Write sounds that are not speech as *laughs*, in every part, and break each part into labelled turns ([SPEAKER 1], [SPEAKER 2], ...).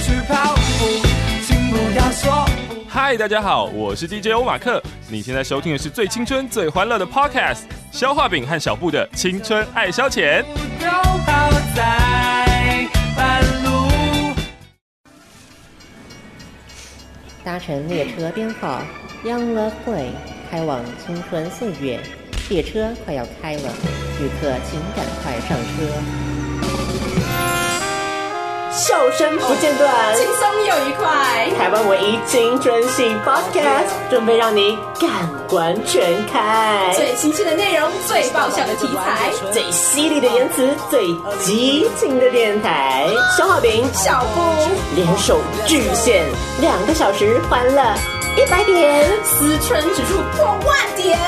[SPEAKER 1] 去漂浮，请不要说不。
[SPEAKER 2] 嗨，大家好，我是 DJ 欧马克，你现在收听的是最青春、最欢乐的 Podcast，消化饼和小布的青春爱消遣。
[SPEAKER 1] 丢抛在半路。
[SPEAKER 3] 搭乘列车编号 Young Love Way 开往青春岁月，列车快要开了，旅客请赶快上车。
[SPEAKER 4] 笑声不间断，
[SPEAKER 5] 轻松又愉快。
[SPEAKER 4] 台湾唯一青春系 Podcast，准备让你感官全开，
[SPEAKER 5] 最新鲜的内容，最爆笑的题材，
[SPEAKER 4] 最犀利的言辞，最激情的电台，消化饼
[SPEAKER 5] 小布
[SPEAKER 4] 联手巨献两个小时，欢乐一百点。
[SPEAKER 5] 思春指数破万点，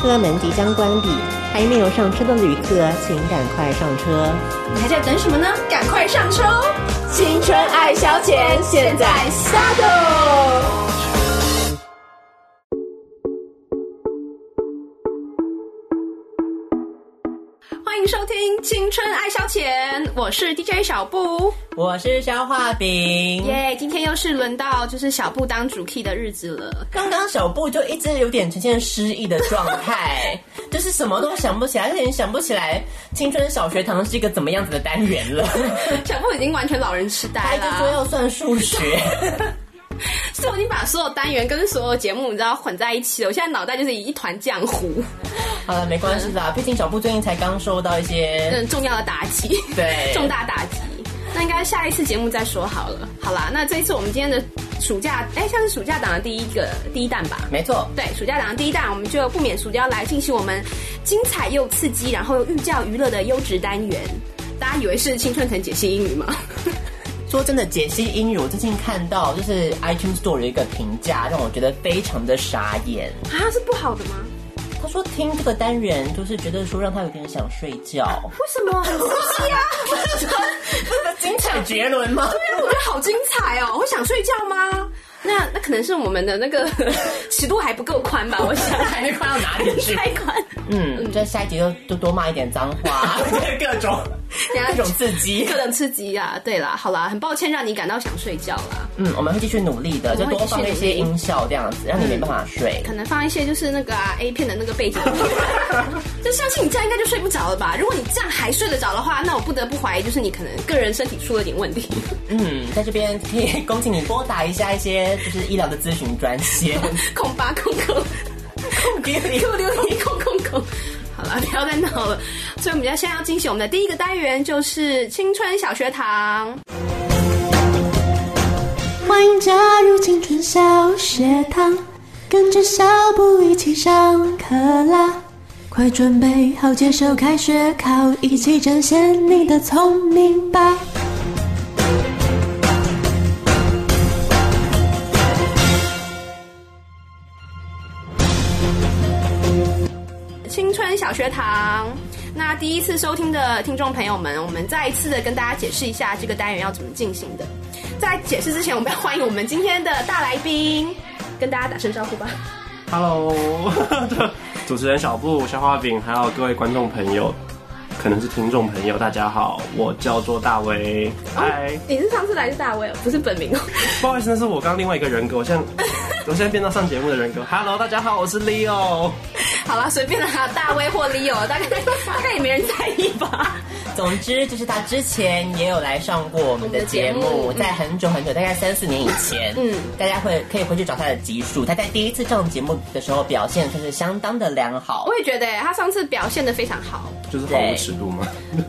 [SPEAKER 3] 车门即将关闭，还没有上车的旅客请赶快上车。
[SPEAKER 5] 你还在等什么呢？赶快上车哦！青春爱消遣，现在 start。欢迎收听《青春爱消遣》，我是 DJ 小布。
[SPEAKER 6] 我是消化饼。
[SPEAKER 5] 耶、今天又是轮到就是小布当主 key 的日子了。
[SPEAKER 6] 刚刚小布就一直有点呈现失忆的状态，就是什么都想不起来，有点想不起来青春小学堂是一个怎么样子的单元了。
[SPEAKER 5] 小布已经完全老人痴
[SPEAKER 6] 他
[SPEAKER 5] 呆
[SPEAKER 6] 就
[SPEAKER 5] 了
[SPEAKER 6] 说
[SPEAKER 5] 啊，
[SPEAKER 6] 要算数学，
[SPEAKER 5] 所以我已经把所有单元跟所有节目你知道混在一起了。我现在脑袋就是一团浆 *laughs* 糊，
[SPEAKER 6] *laughs* 好了，没关系啦，毕竟小布最近才刚收到一些
[SPEAKER 5] 很重要的打击，
[SPEAKER 6] 对
[SPEAKER 5] *laughs* 重大打击。那应该下一次节目再说好了。好啦，那这一次我们今天的暑假，哎，像是暑假档的第一个第一弹吧。
[SPEAKER 6] 没错，
[SPEAKER 5] 对，暑假档的第一弹，我们就不免暑假来进行我们精彩又刺激，然后又寓教于乐的优质单元。大家以为是青春藤解析英语吗？
[SPEAKER 6] 说真的，解析英语，我最近看到就是 iTunes Store 有一个评价，让我觉得非常的傻眼。
[SPEAKER 5] *laughs* 啊，是不好的吗？
[SPEAKER 6] 他说听这个单元，就是觉得说让他有点想睡觉，
[SPEAKER 5] 为什么很刺激啊？
[SPEAKER 6] *laughs*
[SPEAKER 5] *laughs*
[SPEAKER 6] 精彩绝伦吗？
[SPEAKER 5] 啊我觉得好精彩哦！我想睡觉吗？那那可能是我们的那个 *laughs* 尺度还不够宽吧？我想
[SPEAKER 6] 还没宽到哪里去
[SPEAKER 5] *laughs* 太宽。
[SPEAKER 6] 嗯，在下一集就多多骂一点脏话， *laughs* 各种
[SPEAKER 5] 等下
[SPEAKER 6] 各种刺激
[SPEAKER 5] 各。种刺激啊！对啦，好啦，很抱歉让你感到想睡觉啦。
[SPEAKER 6] 嗯，我们会继续努力的，就
[SPEAKER 5] 们会
[SPEAKER 6] 多放一些音效这样子，让你没办法睡。
[SPEAKER 5] 可能放一些就是那个啊 A 片的那个背景， *laughs* 就相信你这样应该就睡不着了吧？如果你这样还睡得着的话，那我不得不怀疑，就是你可能个人身体出了点问题。
[SPEAKER 6] 嗯，在这边可以恭请你拨打一下一些就是医疗的咨询专线。
[SPEAKER 5] 空八空空。Q 六一空空空。好了，不要再闹了。所以我们要现在要进行我们的第一个单元，就是青春小学堂。
[SPEAKER 7] 欢迎加入青春小学堂，跟着小布一起上课啦！快准备好接受开学考，一起展现你的聪明吧！
[SPEAKER 5] 青春小学堂。那第一次收听的听众朋友们，我们再一次的跟大家解释一下这个单元要怎么进行的。在解释之前，我们要欢迎我们今天的大来宾，跟大家打声招呼吧。
[SPEAKER 8] Hello，主持人哦小布、消化饼，还有各位观众朋友，可能是听众朋友，大家好，我叫做大威。嗨、
[SPEAKER 5] 你是上次来是大卫哦，不是本名哦。
[SPEAKER 8] 不好意思，那是我刚另外一个人格，我现在我现在变到上节目的人格。Hello，大家好，我是 Leo。
[SPEAKER 5] 好啦，随便啦，大卫或 Leo，大概大概也没人在意吧。
[SPEAKER 6] 总之就是他之前也有来上过我们的节
[SPEAKER 5] 我们
[SPEAKER 6] 目
[SPEAKER 5] 的节目，嗯
[SPEAKER 6] 在很久很久，大概三四年以前，
[SPEAKER 5] 嗯
[SPEAKER 6] 嗯，大家会可以回去找他的集数。他在第一次上节目的时候表现算是相当的良好
[SPEAKER 5] 我，也觉得欸他上次表现的非常好。
[SPEAKER 8] 就是毫无尺度吗？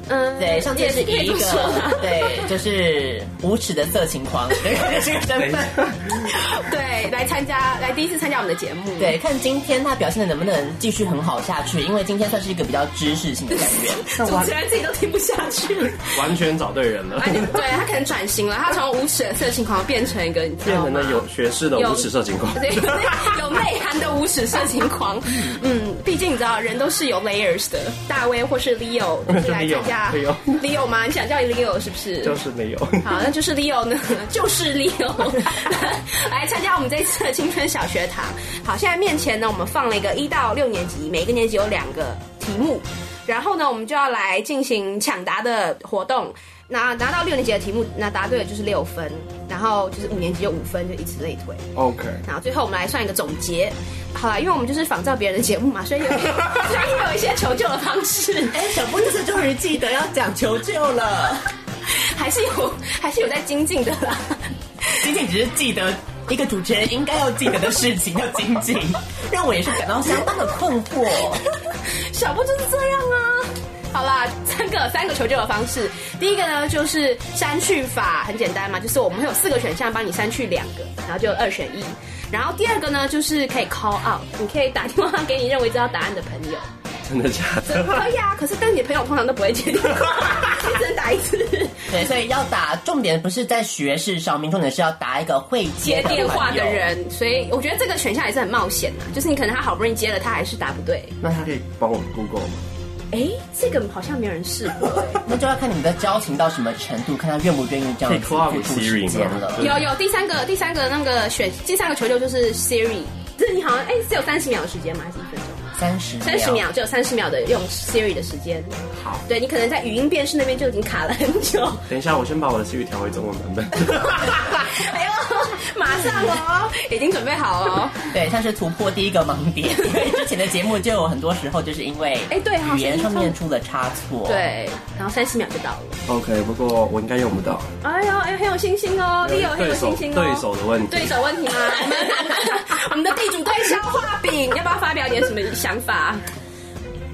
[SPEAKER 5] 嗯，
[SPEAKER 6] 对，上次
[SPEAKER 5] 也
[SPEAKER 6] 是
[SPEAKER 5] 可以
[SPEAKER 6] 一
[SPEAKER 5] 这么说啊啦
[SPEAKER 6] 个，对，就是无耻的色情狂，对，是个身
[SPEAKER 5] 哎
[SPEAKER 6] 份。
[SPEAKER 5] *laughs* 对，来参加，来第一次参加我们的节目，，
[SPEAKER 6] 对，看今天他表现的能不能继续很好下去，因为今天算是一个比较知识性的单
[SPEAKER 5] *laughs*
[SPEAKER 6] 元。
[SPEAKER 5] 主持人自己都听不下去了，
[SPEAKER 8] 完全找对人了
[SPEAKER 5] *laughs* 哎，对他可能转型了，他从无耻的色情狂变成一个，你知
[SPEAKER 8] 变
[SPEAKER 5] 道
[SPEAKER 8] 成
[SPEAKER 5] 吗
[SPEAKER 8] 了？有学士的无耻色情狂。
[SPEAKER 5] 对，有内涵的无耻色情狂，
[SPEAKER 8] *laughs*
[SPEAKER 5] 嗯，毕竟你知道人都是有 layers 的，大卫或是 Leo 就是来参加
[SPEAKER 8] *laughs* Leo，
[SPEAKER 5] Leo 吗？你想叫 Leo 是不是？
[SPEAKER 8] 就是没有，
[SPEAKER 5] 好，那就是 Leo 呢，就是 Leo *laughs* 来参加我们这次的青春小学堂。好，现在面前呢，我们放了一个一到六年级，每个年级有两个题目，然后呢，我们就要来进行抢答的活动。拿拿到六年级的题目，那答对了就是六分，然后就是五年级有五分，就以此类推。
[SPEAKER 8] OK，
[SPEAKER 5] 然后最后我们来算一个总结。好了，因为我们就是仿照别人的节目嘛，所以有所以有一些求救的方式，
[SPEAKER 6] 哎，小布这次终于记得要讲求救了，
[SPEAKER 5] 还是有 *laughs* 还是有在精进的啦。
[SPEAKER 6] 仅仅只是记得一个主持人应该要记得的事情要精进，让我也是感到相当的困惑。
[SPEAKER 5] 小布就是这样啊。好啦，三个三个求救的方式。第一个呢，就是删去法，很简单嘛，就是我们会有四个选项帮你删去两个，然后就二选一。然后第二个呢，就是可以 call out，你可以打电话给你认为知道答案的朋友。
[SPEAKER 8] 真的假的？
[SPEAKER 5] 可以啊，可是但你朋友通常都不会接电话，你只能打一次。
[SPEAKER 6] 对，所以要打重点不是在学识上面，重点是要打一个会
[SPEAKER 5] 接
[SPEAKER 6] 接
[SPEAKER 5] 电话的
[SPEAKER 6] 朋友。
[SPEAKER 5] 人，所以我觉得这个选项也是很冒险的，就是你可能他好不容易接了，他还是答不对。
[SPEAKER 8] 那他可以帮我 Google 吗？
[SPEAKER 5] 哎，这个好像没有人试过。
[SPEAKER 6] 那就要看你们的交情到什么程度，看他愿不愿意这
[SPEAKER 8] 可
[SPEAKER 6] 样
[SPEAKER 8] 以
[SPEAKER 6] 子
[SPEAKER 8] call out
[SPEAKER 6] 付出
[SPEAKER 8] Siri
[SPEAKER 6] 时间
[SPEAKER 8] 吗
[SPEAKER 6] 了。
[SPEAKER 5] 有有，第三个第三个那个选第三个求救就是 Siri，就是你好像哎、只有三十秒的时间吗？还是一分钟？
[SPEAKER 6] 三十
[SPEAKER 5] 三十秒，只有三十秒的用 Siri 的时间。
[SPEAKER 8] 好，
[SPEAKER 5] 对你可能在语音辨识那边就已经卡了很 *laughs* 久。
[SPEAKER 8] 等一下，我先把我的 Siri 调回中文版本。
[SPEAKER 5] 哎呦，马上哦，已经准备好了哦。 *laughs*
[SPEAKER 6] 对，算是突破第一个盲点。因为之前的节目就有很多时候就是因为
[SPEAKER 5] 哎对好像
[SPEAKER 6] 语言上面出了差错。，
[SPEAKER 5] 对，然后三十秒就到了。
[SPEAKER 8] OK，不过我应该用不到。
[SPEAKER 5] 哎呦，哎呦，很有信心哦，Leo 很有
[SPEAKER 8] 对手
[SPEAKER 5] 信心哦。
[SPEAKER 8] 对手的问题
[SPEAKER 5] 对，手问题 *laughs* 吗？我们我们的地主对消化饼，要不要发表点什么想法？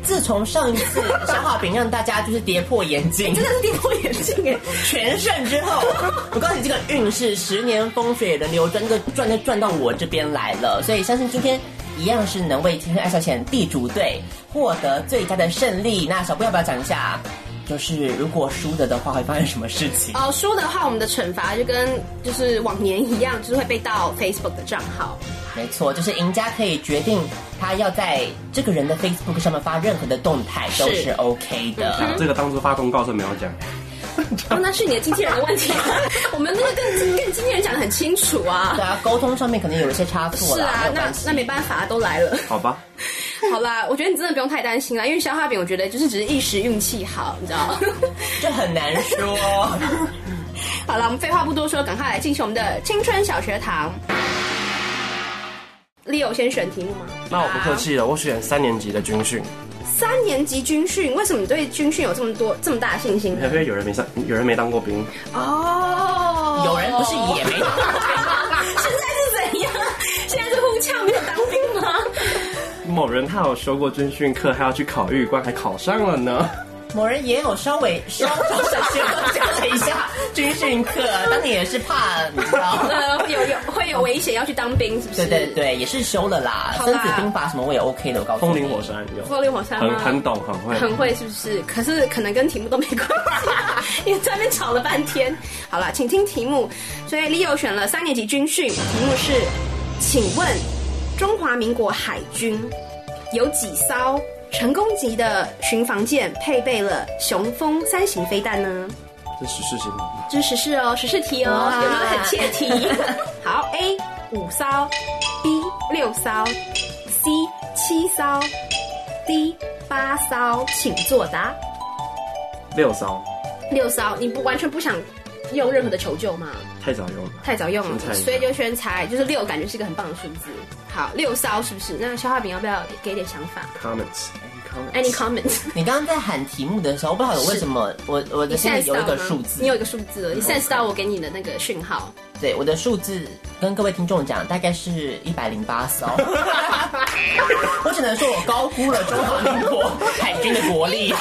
[SPEAKER 6] 自从上一次小画饼让大家就是跌破眼
[SPEAKER 5] *laughs*
[SPEAKER 6] 镜，
[SPEAKER 5] *laughs* 哎真的是跌破眼镜耶！
[SPEAKER 6] 全胜之
[SPEAKER 5] *laughs*
[SPEAKER 6] 后，我告诉你，这个运势十年风水轮流转，这个转就转到我这边来了。所以相信今天一样是能为《青春爱消遣》地主队获得最佳的胜利。那小布要不要讲一下？就是如果输了的话，会发生什么事情？
[SPEAKER 5] 哦，输的话，我们的惩罚就跟就是往年一样，就是会被盗 Facebook 的账号。
[SPEAKER 6] 没错，就是赢家可以决定他要在这个人的 Facebook 上面发任何的动态都
[SPEAKER 5] 是嗯
[SPEAKER 6] 是 OK 的。
[SPEAKER 8] 这个当初发公告是没有讲。
[SPEAKER 5] 哦，那是你的经纪人的问题啊！ *laughs* 我们那个跟跟经纪人讲的很清楚啊
[SPEAKER 6] 对。啊，沟通上面可能有一些差错
[SPEAKER 5] 是
[SPEAKER 6] 啦，没
[SPEAKER 5] 啊
[SPEAKER 6] 有，
[SPEAKER 5] 那
[SPEAKER 6] 关系
[SPEAKER 5] 那没办法，都来了。
[SPEAKER 8] 好吧，
[SPEAKER 5] 好啦，我觉得你真的不用太担心啦，因为消化饼，我觉得就是只是一时运气好，你知道 *laughs* 吗？
[SPEAKER 6] 这很难说。
[SPEAKER 5] 好了，我们废话不多说，赶快来进行我们的青春小学堂。Leo 先选题目吗？啊
[SPEAKER 8] 那我不客。气了，我选三年级的军训，
[SPEAKER 5] 三年级军训，为什么你对军训有这么多这么大的信心
[SPEAKER 8] 因
[SPEAKER 5] 呢？
[SPEAKER 8] 为有人没上，有人没当过兵，
[SPEAKER 5] *laughs* 哦，
[SPEAKER 6] 有人不是也没当过
[SPEAKER 5] 现在是怎样？现在是呼呛没有当兵吗？
[SPEAKER 8] 某人他有修过军训课，还要去考预官，还考上
[SPEAKER 5] *laughs*
[SPEAKER 8] 了呢。
[SPEAKER 6] 某人也有稍微稍稍稍稍加了一下军训课，当然也是怕你知道。
[SPEAKER 5] 呃，会有有会有危险要去当兵，是不是？
[SPEAKER 6] 对对。对，也是修了啦，
[SPEAKER 5] 好
[SPEAKER 6] 《
[SPEAKER 5] 啦
[SPEAKER 6] 孙子兵法》什么我也 OK 的，我告诉你。
[SPEAKER 8] 风林火山有，
[SPEAKER 5] 风林火山吗
[SPEAKER 8] 很哎很懂，很会。
[SPEAKER 5] 很会是不是？可是可能跟题目都没关系， *laughs* 因为在那边吵了半天。好了，请听题目。所以 Leo 选了三年级军训，题目是：请问中华民国海军有几艘成功级的巡防舰配备了雄风三型飞弹呢？
[SPEAKER 8] 这是事情吗？
[SPEAKER 5] 这是时事哦，时事题哦，有没有很切题？ *laughs* 好，A 五艘，B 六艘，C 七艘，D 八艘，请作答。
[SPEAKER 8] 六骚
[SPEAKER 5] 六艘，你不完全不想用任何的求救吗？
[SPEAKER 8] 太早用了，
[SPEAKER 5] 太早用
[SPEAKER 8] 太早
[SPEAKER 5] 了，所以就选猜，就是六，感觉是一个很棒的数字。好，六艘是不是？那消化饼要不要给点想法
[SPEAKER 8] comments
[SPEAKER 6] *laughs*
[SPEAKER 5] ？Any
[SPEAKER 8] any comments
[SPEAKER 5] comments？
[SPEAKER 6] 你刚刚在喊题目的时候，我不晓得为什么我我的
[SPEAKER 5] 你
[SPEAKER 6] 心里
[SPEAKER 5] sense
[SPEAKER 6] 有一
[SPEAKER 5] 到
[SPEAKER 6] 个
[SPEAKER 5] 吗
[SPEAKER 6] 数字，
[SPEAKER 5] 你有一个数字了，你 sense 到我给你的那个讯 *laughs* 号。
[SPEAKER 6] 对我的数字跟各位听众讲，大概是一百零 *laughs* 八艘。我只能说我高估了中华民国海军的国力。
[SPEAKER 5] 零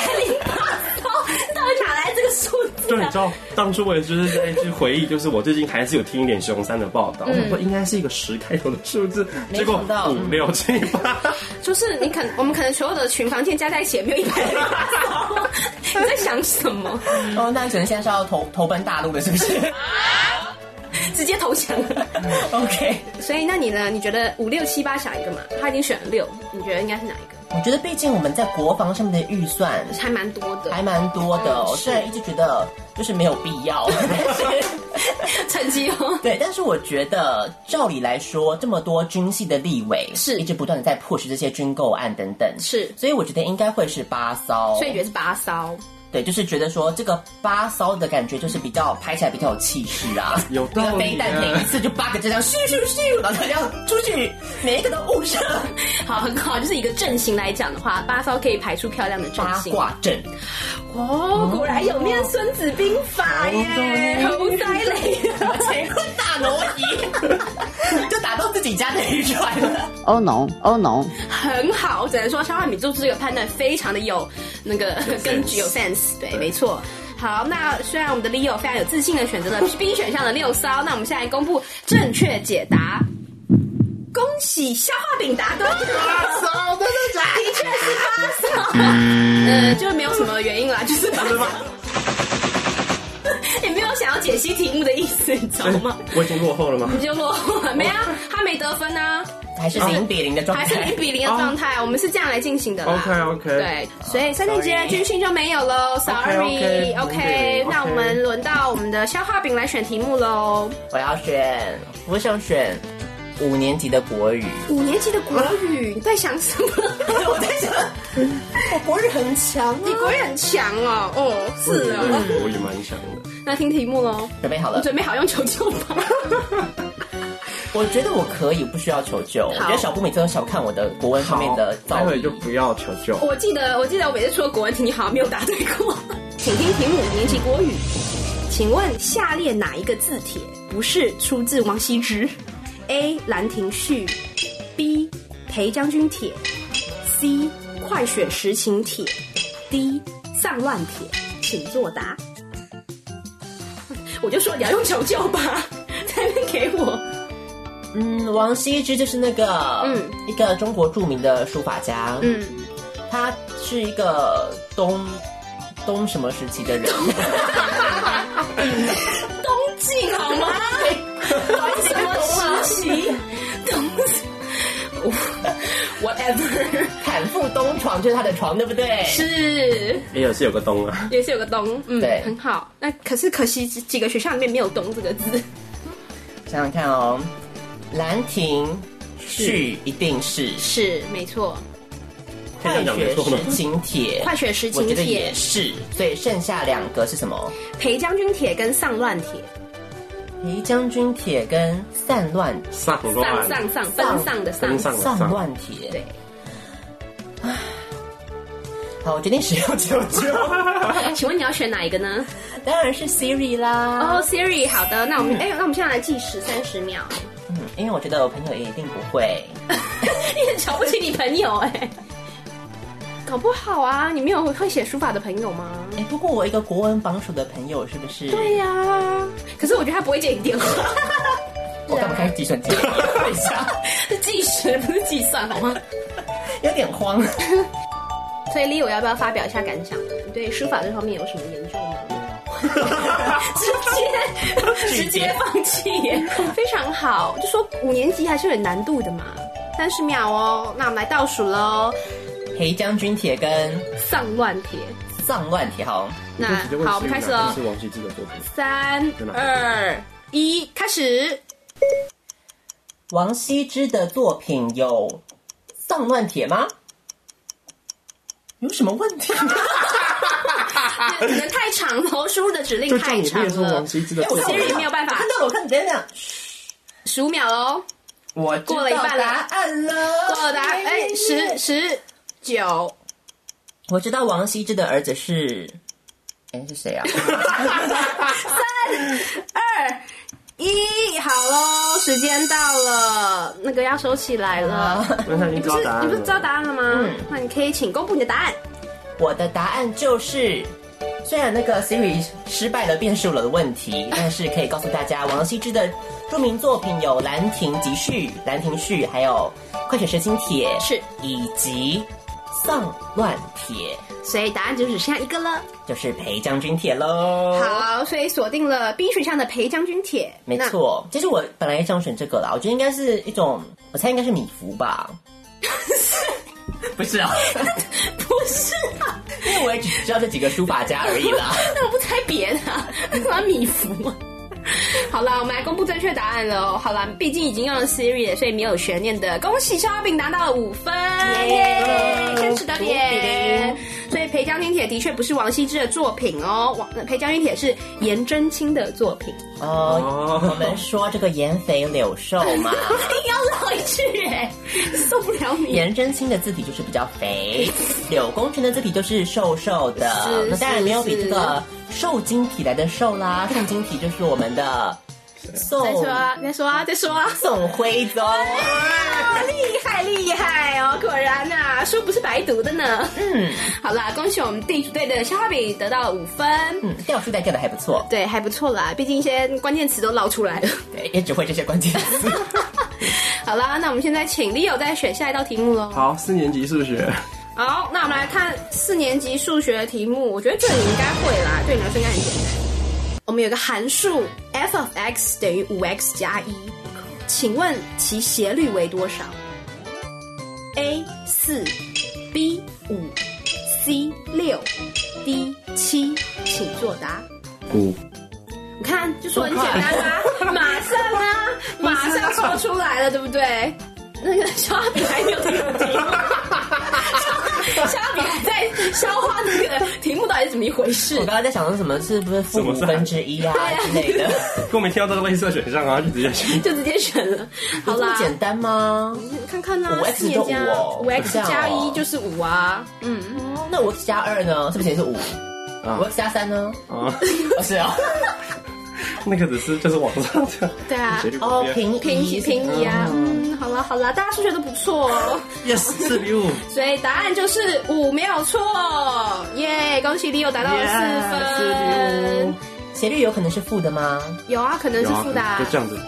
[SPEAKER 5] 八艘，到底哪来这个数字
[SPEAKER 8] 对，你
[SPEAKER 5] 啊
[SPEAKER 8] 知？道当初我也就是在去回忆，就是我最近还是有听一点熊三的报
[SPEAKER 5] 嗯
[SPEAKER 8] 道，我应该是一个十开头的数字，
[SPEAKER 6] 没
[SPEAKER 8] 结果
[SPEAKER 6] 想到
[SPEAKER 8] 五六七八，
[SPEAKER 5] 就是你可我们可能所有的群房间加在一起也没有一百零八艘，你在想什么？
[SPEAKER 6] 哦，那可能现在是要投投奔大陆了，是不是
[SPEAKER 5] 直接投降了。
[SPEAKER 6] 嗯？OK，
[SPEAKER 5] 所以那你呢？你觉得五六七八想一个嘛？他已经选了六，你觉得应该是哪一个？
[SPEAKER 6] 我觉得毕竟我们在国防上面的预算
[SPEAKER 5] 还蛮多的， *laughs*
[SPEAKER 6] 还蛮多的、哦
[SPEAKER 5] 嗯是
[SPEAKER 6] 虽然一直觉得就是没有必要，但是
[SPEAKER 5] 趁机哦。
[SPEAKER 6] 对，但是我觉得照理来说，这么多军系的立委
[SPEAKER 5] 是
[SPEAKER 6] 一直不断的在 push 这些军购案等等，
[SPEAKER 5] 是
[SPEAKER 6] 所以我觉得应该会是八艘，
[SPEAKER 5] 所以你觉得是八艘？
[SPEAKER 6] 对，就是觉得说这个八骚的感觉，就是比较拍起来比较有气势啊。
[SPEAKER 8] *laughs* 有
[SPEAKER 6] 那
[SPEAKER 8] 道
[SPEAKER 6] 个
[SPEAKER 8] 理
[SPEAKER 6] 飞
[SPEAKER 8] 耶。
[SPEAKER 6] 弹每一次就八个这样咻咻咻，然后这样出去，每一个都误射，
[SPEAKER 5] 好，很好，就是一个阵型来讲的话，八骚可以排出漂亮的阵
[SPEAKER 6] 八
[SPEAKER 5] 型。
[SPEAKER 6] 卦阵。
[SPEAKER 5] 哦，果然有念《孙子兵法》
[SPEAKER 6] 哦
[SPEAKER 5] 耶，很不塞雷。啊
[SPEAKER 6] *laughs* 乾坤大挪移，就打到自己家的渔船了。
[SPEAKER 9] 欧农欧农，
[SPEAKER 5] 很好，我只能说肖汉敏做出这个判断非常的有那个根据，有 sense，对，没错。好，那虽然我们的 Leo 非常有自信的选 *laughs* 择了 B 选项的六骚，那我们现在公布正确解答。恭喜消化饼答 *laughs* 对了，
[SPEAKER 8] 骚真的假的？
[SPEAKER 5] 的确是八骚，呃，就没有什么原因啦，就是 *laughs* 八骚，也没有想要解析题目的意思，你知道吗？
[SPEAKER 8] 我已经落后了吗？
[SPEAKER 5] 你就落后了，没啊，他没得分啊，
[SPEAKER 6] 还是零比零的状
[SPEAKER 5] 还是
[SPEAKER 6] 态
[SPEAKER 5] 零。比零的状态，我们是这样来进行的啦。
[SPEAKER 8] OK，OK
[SPEAKER 5] 对，所以三年级的军训就没有喽
[SPEAKER 8] OK，OK，
[SPEAKER 5] ，sorry。
[SPEAKER 8] OK，OK
[SPEAKER 5] 那我们轮到我们的消化饼来选题目喽。
[SPEAKER 6] 我要选，我想选五年级的国语。
[SPEAKER 5] 五年级的国语，你在想什么？
[SPEAKER 6] 我在想，我国语很强啊
[SPEAKER 5] 你国语很强哦，哦，是
[SPEAKER 8] *laughs*
[SPEAKER 5] 哦。
[SPEAKER 8] 我也蛮想的。
[SPEAKER 5] 那听题目喽，
[SPEAKER 6] 准备好
[SPEAKER 5] 你
[SPEAKER 6] 了，
[SPEAKER 5] 准备好用求救
[SPEAKER 8] *laughs*
[SPEAKER 5] 吧。
[SPEAKER 6] 我觉得我可以，不需要求救。我觉得小布每次都小看我的国文方面的造
[SPEAKER 8] 待会
[SPEAKER 6] 诣。
[SPEAKER 8] 就不要求救。
[SPEAKER 5] 我记得，我记得我每次出的国文题，你好像没有答对过。 *laughs* 请听题目：五年级国语。请问下列哪一个字帖不是出自王羲之？A. 兰亭序，B. 裴将军帖，C. 快雪时晴帖，D. 丧乱帖。请作答。 *laughs* 我就说你要用求救吧， *laughs* 在那边给我。
[SPEAKER 6] 嗯，王羲之就是那个，
[SPEAKER 5] 嗯
[SPEAKER 6] 嗯，一个中国著名的书法家，
[SPEAKER 5] 嗯，
[SPEAKER 6] 他是一个东东什么时期
[SPEAKER 5] *laughs*
[SPEAKER 6] 的人？
[SPEAKER 5] 东晋好吗？管什么时期？东晋我，whatever，
[SPEAKER 6] 砍父东床就是他的床，对不对？
[SPEAKER 5] 是
[SPEAKER 8] 也是有个东啊，
[SPEAKER 5] 也是有个东，嗯，
[SPEAKER 6] 对
[SPEAKER 5] 很好。那可是可惜几几个学校里面没有“东”这个字。
[SPEAKER 6] 想想看哦，兰亭序一定是
[SPEAKER 5] 是，没错。
[SPEAKER 8] 这
[SPEAKER 6] 快
[SPEAKER 8] 样讲没
[SPEAKER 6] 雪
[SPEAKER 8] 错吗
[SPEAKER 6] 时晴帖，
[SPEAKER 5] 快雪时
[SPEAKER 6] 我
[SPEAKER 5] 晴
[SPEAKER 6] 觉得
[SPEAKER 5] 帖
[SPEAKER 6] 也、是。所以剩下两个是什么？
[SPEAKER 5] 裴将军帖跟丧乱帖，
[SPEAKER 6] 裴将军帖跟散乱
[SPEAKER 8] 上
[SPEAKER 5] 丧
[SPEAKER 8] 乱，
[SPEAKER 5] 丧丧分丧的丧
[SPEAKER 8] 分，丧的
[SPEAKER 6] 散
[SPEAKER 8] 丧，
[SPEAKER 6] 乱帖。
[SPEAKER 5] 对，
[SPEAKER 6] 好，我决定使用九
[SPEAKER 5] *laughs*
[SPEAKER 6] 九，
[SPEAKER 5] 请问你要选哪一个呢？
[SPEAKER 6] 当然是 Siri 啦。
[SPEAKER 5] 哦、s i r i 好的，那我们哎、那我们现在来计时三十秒。
[SPEAKER 6] 嗯，因为我觉得我朋友也一定不会。
[SPEAKER 5] 嗯你很 *laughs* 瞧不起你朋友哎、搞不好啊，你没有会写书法的朋友吗？
[SPEAKER 6] 哎，不过我一个国文榜首的朋友是不是？
[SPEAKER 5] 对呀、可是我觉得他不会接你电话，
[SPEAKER 6] 我干嘛开始计
[SPEAKER 5] *laughs*
[SPEAKER 6] 算机？等一下，
[SPEAKER 5] 是 *laughs* 计时不是计算好吗？
[SPEAKER 6] 有点慌。
[SPEAKER 5] 所以 Leo 要不要发表一下感想？你对书法这方面有什么研究吗？
[SPEAKER 8] *laughs*
[SPEAKER 5] 直接直接放弃耶，非常好。就说五年级还是有点难度的嘛。三十秒哦，那我们来倒数喽。
[SPEAKER 6] 裴将军帖跟
[SPEAKER 5] 丧乱帖，
[SPEAKER 6] 丧乱帖，好，
[SPEAKER 5] 那
[SPEAKER 8] 你就问
[SPEAKER 5] 好，我们开始
[SPEAKER 8] 哪
[SPEAKER 5] 喽
[SPEAKER 8] 个。是王羲之的作品。
[SPEAKER 5] 三
[SPEAKER 8] 对吧
[SPEAKER 5] 二一，开始。
[SPEAKER 6] 王羲之的作品有《丧乱帖》吗？有什么问 *laughs* 题吗？
[SPEAKER 5] 可能太长了，输入的指令
[SPEAKER 8] 啊就叫
[SPEAKER 5] 太
[SPEAKER 8] 你
[SPEAKER 5] 长
[SPEAKER 8] 念出
[SPEAKER 5] 了
[SPEAKER 8] 王。羲之的
[SPEAKER 6] 哎
[SPEAKER 8] 作
[SPEAKER 6] 我看
[SPEAKER 8] 品
[SPEAKER 5] 其实也没有办法
[SPEAKER 6] 我看到了，我看等等，
[SPEAKER 5] 十五秒哦，
[SPEAKER 6] 我
[SPEAKER 5] 过了一半了
[SPEAKER 6] 知道答案了，
[SPEAKER 5] 我有答案，哎，十十九，
[SPEAKER 6] 我知道王羲之的儿子是，哎是谁啊？
[SPEAKER 5] 二一，好喽，时间到了，那个要收起来了。
[SPEAKER 8] 那他
[SPEAKER 5] 啊你
[SPEAKER 8] 已经知
[SPEAKER 5] 不
[SPEAKER 8] 道
[SPEAKER 5] 是
[SPEAKER 8] 答案了。
[SPEAKER 5] 你不是知道答案了吗？嗯那你可以请公布你的答案。
[SPEAKER 6] 我的答案就是，虽然那个 Siri 失败了变数了的问
[SPEAKER 5] *laughs*
[SPEAKER 6] 题，但是可以告诉大家，王羲之的著名作品有《兰亭集序》《兰亭序》，还有《快雪时晴帖》，
[SPEAKER 5] 是
[SPEAKER 6] 以及《丧乱帖》，
[SPEAKER 5] 所以答案就只剩下一个了。
[SPEAKER 6] 就是裴将军帖喽。，
[SPEAKER 5] 好，所以锁定了 B 选项的裴将军帖。
[SPEAKER 6] 没
[SPEAKER 5] 那，
[SPEAKER 6] 错，其实我本来也想选这个啦，我觉得应该是一种，我猜应该是米芾吧。不是啊，
[SPEAKER 5] 不是啊，
[SPEAKER 6] 因为我也只知道这几个书法家而已啦。
[SPEAKER 5] *laughs* 那我不猜别的、啊，为什么要米芾啊？ *laughs* 好啦，我们来公布正确答案喽。好啦，毕竟已经用了 Siri，了所以没有悬念的。恭喜肖阿炳拿到了五分，耶，真值得
[SPEAKER 6] 五比
[SPEAKER 5] 点
[SPEAKER 6] 零。
[SPEAKER 5] 所以《陪江天铁》的确不是王羲之的作品哦，王《陪江天铁》是颜真卿的作品。
[SPEAKER 6] 哦，我们说这个颜肥柳瘦嘛，
[SPEAKER 5] 硬哎要绕一句，哎，受不了你。
[SPEAKER 6] 颜真卿的字体就是比较 *laughs* 肥，柳公权的字体就是瘦瘦的
[SPEAKER 5] 是。
[SPEAKER 6] 那当然没有比
[SPEAKER 5] 是
[SPEAKER 6] 这个瘦金体来的瘦 *laughs* 啦，瘦金体就是我们的
[SPEAKER 5] 再
[SPEAKER 6] 宋
[SPEAKER 5] 说啊，再说啊，再说啊。
[SPEAKER 6] 宋徽宗。
[SPEAKER 5] 啊厉害厉害哦！果然呐、书不是白读的呢。嗯，好啦，恭喜我们地主队的消化饼得到了五分。
[SPEAKER 6] 嗯，掉书袋掉的还不错，
[SPEAKER 5] 对，还不错啦，毕竟一些关键词都捞出来了。
[SPEAKER 6] 对，也只会这些关键词。
[SPEAKER 5] 好啦，那我们现在请 Leo 再选下一道题目喽。
[SPEAKER 8] 好，四年级数学，
[SPEAKER 5] 好，那我们来看四年级数学的题目，我觉得这你应该会啦，对你来说应该很简单。我们有个函数 f of x 等于五 x 加一，请问其斜率为多少？a 四，b 五，c 六，d 七，请作答。
[SPEAKER 8] 五
[SPEAKER 5] 你看，就说很简单啊，马上啊，马上说出来了，对不对？那个肖阿比还没有 *laughs* 听懂题目，肖 *laughs* 阿比还在消化那个题目到底是怎么一回事
[SPEAKER 6] *laughs* 我。刚刚在想说什么是不是负五分之一啊之类 *laughs* 的，
[SPEAKER 8] 跟我们听到这个类似的选项啊，就直接选。
[SPEAKER 5] 就直接选了，好
[SPEAKER 6] 这么
[SPEAKER 5] 啦，
[SPEAKER 6] 简单吗？
[SPEAKER 5] 看看啦、
[SPEAKER 6] 5x
[SPEAKER 5] 四年加
[SPEAKER 6] 就5哦
[SPEAKER 5] 五 x
[SPEAKER 6] 这样哦
[SPEAKER 5] 加一就是五啊，嗯，
[SPEAKER 6] 哦那五 x 加二呢？是不是也是五？
[SPEAKER 8] 啊
[SPEAKER 6] 五 x 加三呢？
[SPEAKER 8] 啊，
[SPEAKER 6] *laughs* 哦，是哦。
[SPEAKER 8] 那个只是就是网上这
[SPEAKER 5] *laughs*
[SPEAKER 8] 样哎
[SPEAKER 5] 对啊
[SPEAKER 8] 斜，率
[SPEAKER 6] 哦
[SPEAKER 8] 旁，边。
[SPEAKER 6] 平移
[SPEAKER 5] 平移平移啊，嗯，好啦好啦，大家数学都不错哦，
[SPEAKER 8] Yes，四比五，
[SPEAKER 5] 所以答案就是五，没有错，耶、恭喜 Leo 达到了四
[SPEAKER 8] Yeah，
[SPEAKER 5] 分。
[SPEAKER 8] 四比五
[SPEAKER 6] 斜率有可能是负的吗？
[SPEAKER 5] 有啊，可能是负的、啊
[SPEAKER 8] 就这样子，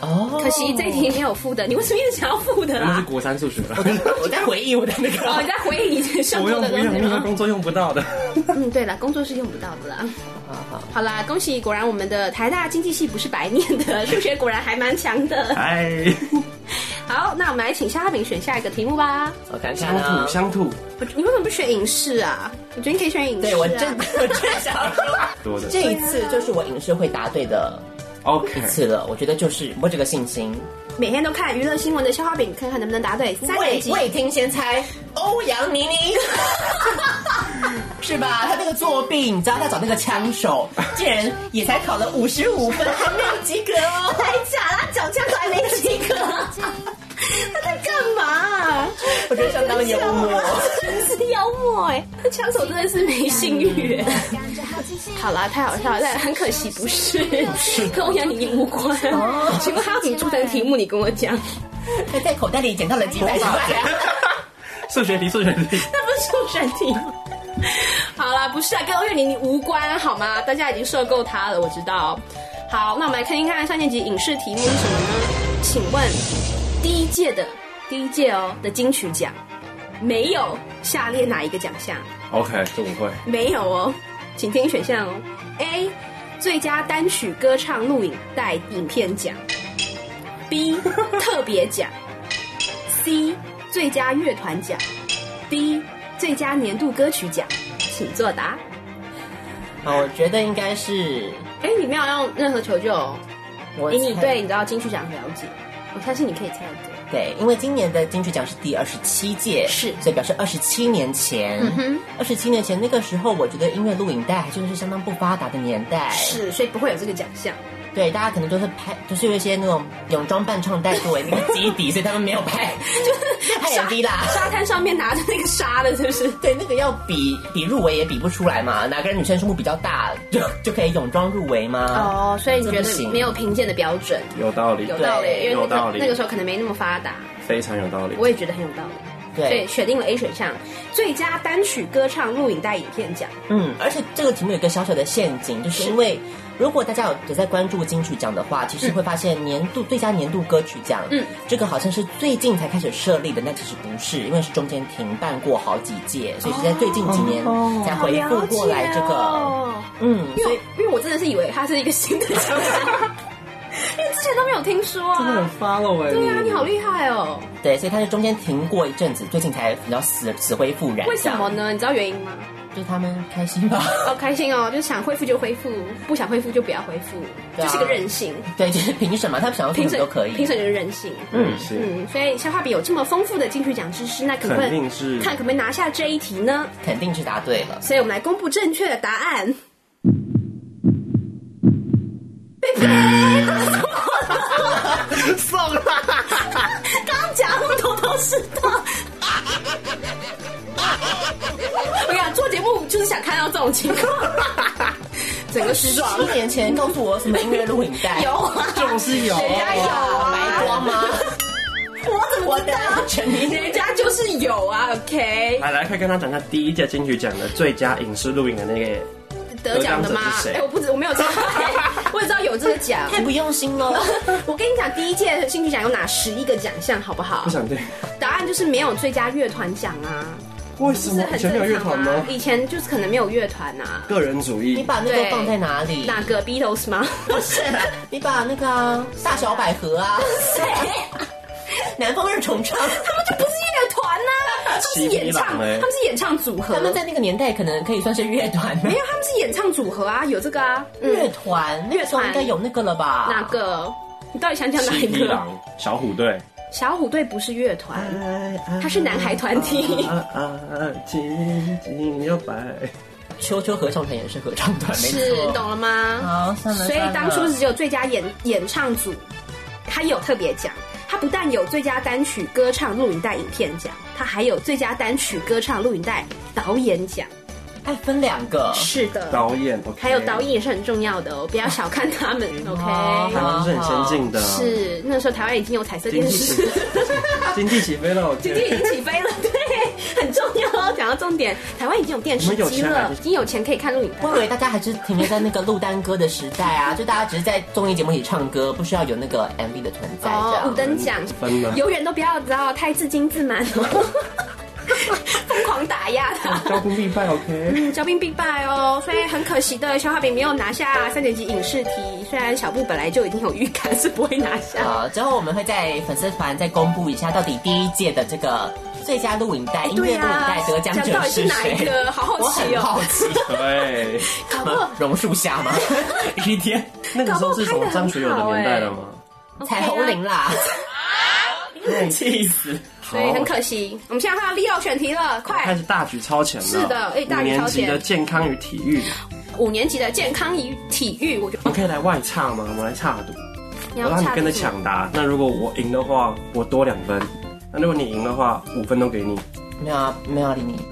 [SPEAKER 6] 哦，
[SPEAKER 5] 可惜这题没有负的，你为什么一直想要负的
[SPEAKER 8] 那是
[SPEAKER 5] 啊？
[SPEAKER 8] 国三数学
[SPEAKER 5] *laughs*
[SPEAKER 8] 了。
[SPEAKER 6] *laughs* 我在回忆我的那
[SPEAKER 5] 哦，你
[SPEAKER 6] 个。
[SPEAKER 5] 在回忆以前上
[SPEAKER 8] 不
[SPEAKER 5] 过
[SPEAKER 8] 用
[SPEAKER 5] 的
[SPEAKER 8] 不
[SPEAKER 5] 东
[SPEAKER 8] 用
[SPEAKER 5] 西
[SPEAKER 8] 不用，
[SPEAKER 5] 吗？
[SPEAKER 8] *laughs* 工作用不到的。
[SPEAKER 5] 嗯，对了，工作是用不到的啦。好啦，恭喜，果然我们的台大经济系不是白念的，数学果然还蛮强的。
[SPEAKER 8] 哎，
[SPEAKER 5] 好，那我们来请夏饼选下一个题目吧。
[SPEAKER 6] 我看看
[SPEAKER 8] 乡
[SPEAKER 6] 啊
[SPEAKER 8] 土，乡土
[SPEAKER 5] 我你为什么不选影视啊？我觉得你可以选影视、啊。
[SPEAKER 6] 对我真 *laughs* 我真想说，
[SPEAKER 8] 多的。
[SPEAKER 6] 这一次就是我影视会答对的
[SPEAKER 8] OK，
[SPEAKER 6] 一次了。我觉得就是我这个信心。
[SPEAKER 5] 每天都看娱乐新闻的消化饼，看看能不能答对三年
[SPEAKER 6] 未
[SPEAKER 5] 级。
[SPEAKER 6] 未听先猜，欧阳妮妮。 *laughs* 是吧？他那个作弊，你知道他找那个枪 *laughs* 手，竟然也才考了五十五分，还没有及格哦。 *laughs*
[SPEAKER 5] 太假了，他脚架都还没及格， *laughs* 他在干嘛啊、
[SPEAKER 6] 我觉得相当幽默。
[SPEAKER 5] 真是幽默哎、枪手真的是没信誉哎、好啦，太好笑了，但很可惜不是，跟欧阳妮妮无关。请问他要怎么出成题目？你跟我讲，
[SPEAKER 6] 他在口袋里捡到了几百 *laughs* 块。
[SPEAKER 8] 数学题，数学题，
[SPEAKER 5] 那不是出选题吗？好啦，不是啊，跟欧阳妮妮无关好吗？大家已经受够他了，我知道。好，那我们来看一看上年级影视题目是什么呢？请问第一届的第一届哦的金曲奖没有下列哪一个奖项？
[SPEAKER 8] OK，这我会。
[SPEAKER 5] 没有哦，请听选项哦。A，最佳单曲歌唱录影带影片奖；B，特别奖；C，最佳乐团奖；D，最佳年度歌曲奖。请作答。
[SPEAKER 6] 啊，我觉得应该是
[SPEAKER 5] 哎，你没有用任何求救、哦，
[SPEAKER 6] 我
[SPEAKER 5] 以你
[SPEAKER 6] 猜
[SPEAKER 5] 对你知道金曲奖很了解，我相信你可以猜得对。
[SPEAKER 6] 对，因为今年的金曲奖是第二十七届，
[SPEAKER 5] 是嗯
[SPEAKER 6] 所以表示二十七年前
[SPEAKER 5] 哼，
[SPEAKER 6] 二十七年前那个时候，我觉得音乐录影带还真的是相当不发达的年代，
[SPEAKER 5] 是，哎所以不会有这个奖项。
[SPEAKER 6] 对，大家可能都是拍，就是有一些那种泳装伴唱带作为那个基底，所以他们没有拍， *laughs* 就是拍 MV 啦。
[SPEAKER 5] 沙滩上面拿着那个沙的，是不是？
[SPEAKER 6] 对，那个要比比入围也比不出来嘛，哪个女生胸部比较大就就可以泳装入围吗？
[SPEAKER 5] 哦，所以你
[SPEAKER 6] 这
[SPEAKER 5] 觉
[SPEAKER 6] 不
[SPEAKER 5] 得
[SPEAKER 6] 行
[SPEAKER 5] 没有评鉴的标准？
[SPEAKER 8] 有道理，
[SPEAKER 5] 有道理，因为
[SPEAKER 8] 有
[SPEAKER 5] 那
[SPEAKER 8] 道
[SPEAKER 5] 个
[SPEAKER 8] 理
[SPEAKER 5] 那个时候可能没那么发达，
[SPEAKER 8] 非常有道理。
[SPEAKER 5] 我也觉得很有道理，所以
[SPEAKER 6] 对，
[SPEAKER 5] 选定了 A 选项，最佳单曲歌唱录影带影片奖。
[SPEAKER 6] 嗯，而且这个题目有一个小小的陷阱，就是因为如果大家有有在关注金曲奖的话，其实会发现年度、最佳年度歌曲奖，
[SPEAKER 5] 嗯，
[SPEAKER 6] 这个好像是最近才开始设立的，那其实不是，因为是中间停办过好几届，所以是在最近几年才回复过来这个，
[SPEAKER 5] 哦
[SPEAKER 6] 嗯，
[SPEAKER 5] 因
[SPEAKER 6] 所
[SPEAKER 5] 为
[SPEAKER 6] 以 *laughs*
[SPEAKER 5] 因为我真的是以为它是一个新的奖项，因为之前都没有有听说
[SPEAKER 8] 真的有
[SPEAKER 5] 啊？
[SPEAKER 8] follow 哎、
[SPEAKER 5] 对啊，你好厉害哦！
[SPEAKER 6] 对，所以他是中间停过一阵子，最近才比较死死灰复燃。
[SPEAKER 5] 为什么？呢？你知道原因吗？
[SPEAKER 6] 就是他们开心吧。 *laughs*
[SPEAKER 5] 好开心哦，就是想恢复就恢复，不想恢复就不要恢复，
[SPEAKER 6] 对
[SPEAKER 5] 就
[SPEAKER 6] 啊
[SPEAKER 5] 是个任性。
[SPEAKER 6] 对，就是凭什么？他们想要做
[SPEAKER 5] 评
[SPEAKER 6] 什么都
[SPEAKER 5] 审
[SPEAKER 6] 可以。
[SPEAKER 5] 评审就是任性。
[SPEAKER 8] 嗯，是，
[SPEAKER 5] 嗯，所以消化饼有这么丰富的金曲奖知识，那可不可
[SPEAKER 8] 肯
[SPEAKER 5] 以
[SPEAKER 8] 定是
[SPEAKER 5] 看可不可以拿下这一题呢？
[SPEAKER 6] 肯定是答对了。
[SPEAKER 5] 所以我们来公布正确的答案。
[SPEAKER 8] 送啦。
[SPEAKER 5] *laughs* 刚讲那么头头是道。 *laughs* 我呀，做节目就是想看到这种情况，整个
[SPEAKER 8] *laughs*
[SPEAKER 5] 失状
[SPEAKER 6] 一年前告诉我什么音乐录影带？
[SPEAKER 5] *laughs* 有啊，
[SPEAKER 8] 就是有
[SPEAKER 5] 人家有啊，
[SPEAKER 6] 白光吗？
[SPEAKER 5] 我怎么知道？
[SPEAKER 6] 全民
[SPEAKER 5] 人家就是有啊，OK，
[SPEAKER 8] 来来，快跟他讲一下第一届金曲奖的最佳影视录影的那个，
[SPEAKER 5] 得奖的吗
[SPEAKER 8] 得奖者是？谁
[SPEAKER 5] 哎、我不知我没有知道，我只知道有这个奖。
[SPEAKER 6] 太不用心
[SPEAKER 5] *laughs*
[SPEAKER 6] 了。
[SPEAKER 5] 我跟你讲，第一届新曲奖有哪十一个奖项，好不好
[SPEAKER 8] 不？想对，
[SPEAKER 5] 答案就是没有最佳乐团奖啊，
[SPEAKER 8] 为什
[SPEAKER 5] 是
[SPEAKER 8] 么以
[SPEAKER 5] 很
[SPEAKER 8] 前
[SPEAKER 5] 正
[SPEAKER 8] 没有乐
[SPEAKER 5] 常
[SPEAKER 8] 团
[SPEAKER 5] 啊
[SPEAKER 8] 吗。？
[SPEAKER 5] 以前就是可能没有乐团啊，
[SPEAKER 8] 个人主义
[SPEAKER 6] 你，把那个放在哪里？
[SPEAKER 5] 哪个 Beatles 吗？
[SPEAKER 6] 不是，你把那个啊大小百合啊，
[SPEAKER 5] 谁？
[SPEAKER 6] *laughs* 南方二
[SPEAKER 5] *laughs*
[SPEAKER 6] 重唱，
[SPEAKER 5] 他们就不是乐团呐、他们是演唱，
[SPEAKER 8] 七匹
[SPEAKER 5] 他
[SPEAKER 8] 狼欸
[SPEAKER 5] 们是演唱组合。
[SPEAKER 6] 他们在那个年代可能可以算是乐团吧
[SPEAKER 5] 没。
[SPEAKER 6] *laughs*
[SPEAKER 5] 有，他们是演唱组合啊，有这个啊，
[SPEAKER 6] 乐
[SPEAKER 5] 嗯，
[SPEAKER 6] 团，那个时候应该有那个了吧？
[SPEAKER 5] 哪？个？你到底想讲哪一
[SPEAKER 8] 七匹
[SPEAKER 5] 个？
[SPEAKER 8] 狼、小虎队，
[SPEAKER 5] 小虎队不是乐团，他是男孩团体。
[SPEAKER 8] 啊啊啊，紧紧又摆。
[SPEAKER 6] 秋秋合唱团也是合唱团，没
[SPEAKER 5] 是
[SPEAKER 6] 错。
[SPEAKER 5] 懂了吗？
[SPEAKER 6] 好算了
[SPEAKER 5] 所以
[SPEAKER 6] 算了
[SPEAKER 5] 当初只有最佳演演唱组，他有特别奖。他不但有最佳单曲歌唱录影带影片奖，他还有最佳单曲歌唱录影带导演奖。
[SPEAKER 6] 哎，分两个。
[SPEAKER 5] 是的，
[SPEAKER 8] 导演，OK，
[SPEAKER 5] 还有导，演也是很重要的哦，不要小看他们。OK，
[SPEAKER 8] 嗯台湾是很先进的，
[SPEAKER 5] 是那时候台湾已经有彩色
[SPEAKER 8] 经
[SPEAKER 5] 电
[SPEAKER 8] 济
[SPEAKER 5] 视
[SPEAKER 8] 起，经济起飞了，我
[SPEAKER 5] 经
[SPEAKER 8] 觉得
[SPEAKER 5] 济已经起飞了，对，很重要哦。讲到重点，台湾已经有电视
[SPEAKER 8] 我们有
[SPEAKER 5] 机
[SPEAKER 8] 钱买
[SPEAKER 5] 了，
[SPEAKER 8] 电
[SPEAKER 5] 已
[SPEAKER 8] 视
[SPEAKER 5] 经有钱可以看录影带
[SPEAKER 6] 我以为大家还是停留在那个录单歌的时代啊，就大家只是在综艺节目里唱歌，不需要有那个 MV 的存在这
[SPEAKER 5] 哦，
[SPEAKER 6] 样。
[SPEAKER 5] 五等奖
[SPEAKER 8] 分了
[SPEAKER 5] 永远都不要知道太自矜自满 *laughs* 哦，疯狂打压他。
[SPEAKER 8] 交通必败，OK。
[SPEAKER 5] 嗯，交兵必败哦，所以很可惜的，肖化饼没有拿下三年级影视题。虽然小布本来就已经有预感是不会拿下，
[SPEAKER 6] 呃，之后我们会在粉丝团再公布一下，到底第一届的这个最佳录影带、音乐
[SPEAKER 5] 对
[SPEAKER 6] 录影
[SPEAKER 5] 啊
[SPEAKER 6] 带得奖
[SPEAKER 5] 讲
[SPEAKER 6] 者
[SPEAKER 5] 到底是哪
[SPEAKER 6] 谁？
[SPEAKER 5] 一个好好
[SPEAKER 6] 我
[SPEAKER 5] 奇
[SPEAKER 6] 很
[SPEAKER 5] 哦
[SPEAKER 6] 好奇，
[SPEAKER 8] 对，
[SPEAKER 5] 搞不好
[SPEAKER 6] *laughs* 榕树下
[SPEAKER 5] *laughs*
[SPEAKER 6] 吗？雨天
[SPEAKER 8] 那个时候是什么张学友的年代了吗？
[SPEAKER 6] 彩虹铃啦，
[SPEAKER 5] 啊
[SPEAKER 8] *laughs* 气死！好
[SPEAKER 5] 所以很可惜。我们现在看到 Leo 选题了，
[SPEAKER 8] 开
[SPEAKER 5] 快，
[SPEAKER 8] 始大举超前了。
[SPEAKER 5] 是的哎大
[SPEAKER 8] 五
[SPEAKER 5] 举
[SPEAKER 8] 年
[SPEAKER 5] 超前
[SPEAKER 8] 级的健康与体育，
[SPEAKER 5] 五年级的健康与体育，我觉
[SPEAKER 8] 我
[SPEAKER 5] 得
[SPEAKER 8] 们可以来外差吗？我们来差赌，
[SPEAKER 5] 你
[SPEAKER 8] 我
[SPEAKER 5] 要
[SPEAKER 8] 让你
[SPEAKER 5] 插
[SPEAKER 8] 跟着
[SPEAKER 5] 进去
[SPEAKER 8] 抢答。那如果我赢的话，我多两分；那如果你赢的话，五分都给你。。
[SPEAKER 6] *laughs* 没有啊，没有啊，理
[SPEAKER 5] *laughs*
[SPEAKER 6] 你。 *laughs*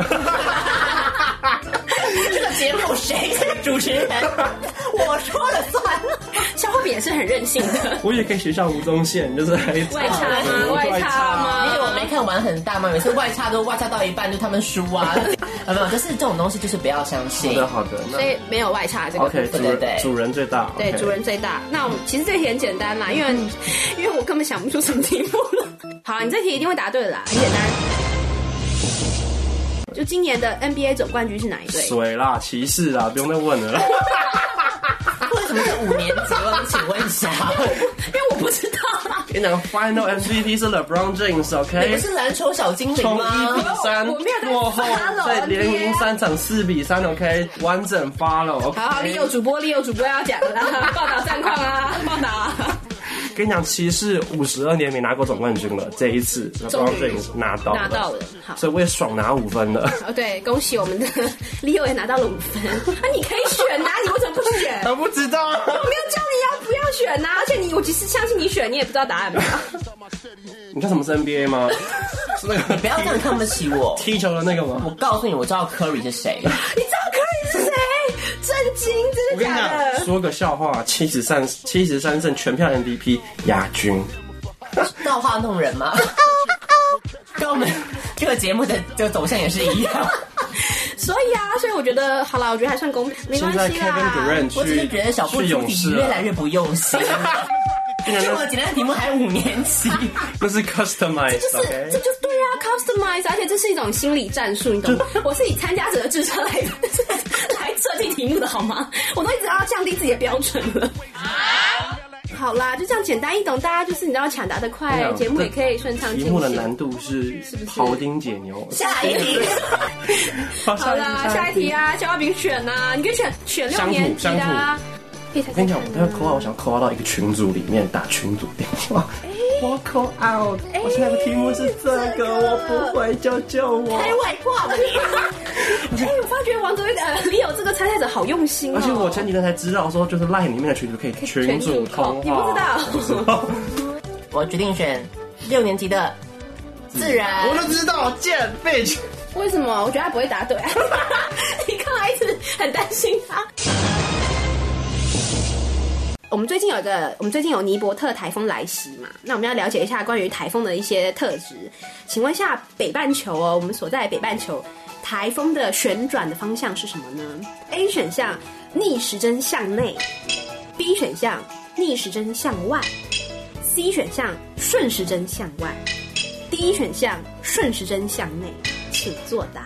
[SPEAKER 6] 这个节目谁是主持人？我说了算。
[SPEAKER 5] 肖化饼也是很任性的
[SPEAKER 8] 我也可以学上吴宗宪，就是来
[SPEAKER 5] *laughs* 外插吗？
[SPEAKER 8] 对
[SPEAKER 5] 外
[SPEAKER 8] 外
[SPEAKER 5] 插
[SPEAKER 8] 插
[SPEAKER 5] 吗？
[SPEAKER 6] 因为我没看完很大嘛，每次外插都外插到一半就他们输啊， *laughs* 啊没有，就是这种东西就是不要相
[SPEAKER 8] 好
[SPEAKER 6] 信。
[SPEAKER 8] 的，好的。
[SPEAKER 5] 所
[SPEAKER 8] 那
[SPEAKER 5] 以没有外差这个部
[SPEAKER 8] OK，
[SPEAKER 5] 分。
[SPEAKER 8] 主
[SPEAKER 6] 对对
[SPEAKER 8] 人
[SPEAKER 6] 对
[SPEAKER 8] 主人最大。
[SPEAKER 5] 对，
[SPEAKER 8] OK
[SPEAKER 5] 主人最大。那我们其实这题很简单啦，因为因为我根本想不出什么题目了。好，你这题一定会答对的啦，很简单。就今年的 NBA 总冠军是哪一队？
[SPEAKER 8] 水啦，歧视啦，不用再
[SPEAKER 5] *laughs*
[SPEAKER 8] 问了啦。
[SPEAKER 6] 为什么是五年级？我请问一 *laughs* 下，
[SPEAKER 5] 因为我不知道啊，
[SPEAKER 8] 跟你讲，Final MVP 是 LeBron James，OK？、
[SPEAKER 6] 你不是篮球小精灵
[SPEAKER 8] 从一比
[SPEAKER 6] 吗？
[SPEAKER 8] 三
[SPEAKER 5] 我没有在
[SPEAKER 8] 落后
[SPEAKER 5] follow，啊
[SPEAKER 8] 再连
[SPEAKER 5] NBA
[SPEAKER 8] 赢三场，四比三，OK，完整 follow。哎
[SPEAKER 5] 好好，利友主播，利友主播要讲啦，报道战况啊，报道啊
[SPEAKER 8] 跟你讲，骑士五十二年没拿过总冠军了，这一次 LeBron
[SPEAKER 5] 于
[SPEAKER 8] James 拿到
[SPEAKER 5] 拿到了。好，
[SPEAKER 8] 所以我也爽拿五分了。
[SPEAKER 5] 哦对，恭喜我们的 *laughs* 利友也拿到了五分。啊，你可以选啊，你为什么不选？
[SPEAKER 8] 我不知道啊，
[SPEAKER 5] 我没有叫你要不要选啊呐、而且你，我其实相信你选，你也不知道答案吧？
[SPEAKER 8] 你看什么是 NBA 吗？是那个
[SPEAKER 6] 不要这样看不起我。
[SPEAKER 8] 踢球的那个吗
[SPEAKER 6] 我？告诉你，我知道 Curry 是谁。
[SPEAKER 5] 你知道科里是谁？震惊，真
[SPEAKER 8] 我
[SPEAKER 5] 的
[SPEAKER 8] 跟你
[SPEAKER 5] 假
[SPEAKER 8] 讲，
[SPEAKER 5] 的？
[SPEAKER 8] 说个笑话，七十三七十三胜全票 MVP 亚军，
[SPEAKER 6] 造化弄人吗？ *laughs* 跟我们这个节目的这个走向也是一 *laughs* 样。
[SPEAKER 5] 所以啊，所以我觉得好了，我觉得还算公平，没
[SPEAKER 8] 现
[SPEAKER 5] 关
[SPEAKER 8] 在
[SPEAKER 5] 系
[SPEAKER 8] Kevin
[SPEAKER 5] 啦。
[SPEAKER 8] Durant
[SPEAKER 6] 我只是觉得
[SPEAKER 8] 去
[SPEAKER 6] 小布
[SPEAKER 8] 去
[SPEAKER 6] 出
[SPEAKER 8] 勇
[SPEAKER 6] 题
[SPEAKER 8] 士
[SPEAKER 6] 越
[SPEAKER 8] 了
[SPEAKER 6] 来越不用心了。 *laughs* 这么简单的题目还五年级，
[SPEAKER 8] 那是 customize，
[SPEAKER 5] 就是这就对啊，customize，而且这是一种心理战术，你
[SPEAKER 8] *laughs*
[SPEAKER 5] 懂吗？我是以参加者的智商来 *laughs* 来设计题目的好吗？我都一直要降低自己的标准了。好啦，就这样简单易懂，大家就是你知道抢答的
[SPEAKER 8] 哎
[SPEAKER 5] 快
[SPEAKER 8] 呀，
[SPEAKER 5] 节目也可以顺畅进
[SPEAKER 8] 题
[SPEAKER 5] 行
[SPEAKER 8] 目的。难度是
[SPEAKER 5] 不是
[SPEAKER 8] 庖丁解牛。
[SPEAKER 5] 下一
[SPEAKER 8] *laughs*
[SPEAKER 5] 题，
[SPEAKER 8] 好
[SPEAKER 5] 好啦，下一题。啊，肖阿炳选啊，你可以选选六年级的啊。可以猜猜
[SPEAKER 8] 我跟你
[SPEAKER 5] 看
[SPEAKER 8] 讲，我待会扣号，我想扣号到一个群组里面打群组电话。
[SPEAKER 5] 哎
[SPEAKER 8] 我扣 out，我现在的题目是这
[SPEAKER 5] 这
[SPEAKER 8] 个，
[SPEAKER 5] 个
[SPEAKER 8] 我不会，救救我！
[SPEAKER 5] 开外挂了你！ *laughs* 哎，我发觉王卓一呃李友这个参赛者好用心哦。
[SPEAKER 8] 而且我前几天才知道说，就是 LINE 里面的群组可以群组通
[SPEAKER 5] 你不
[SPEAKER 8] 话。
[SPEAKER 5] 知道？
[SPEAKER 8] *laughs* 道？
[SPEAKER 6] 我决定选六年级的自然。
[SPEAKER 8] 我就知道，贱 bitch。
[SPEAKER 5] 为什么？我觉得他不会答对、 *laughs* 啊。你干嘛一直很担心他？我们最近有一个，我们最近有尼伯特台风来袭嘛？那我们要了解一下关于台风的一些特质。请问一下，北半球哦，我们所在的北半球台风的旋转的方向是什么呢？A 选项逆时针向内，B 选项逆时针向外，C 选项顺时针向外。第一选项顺时针向内，请作答。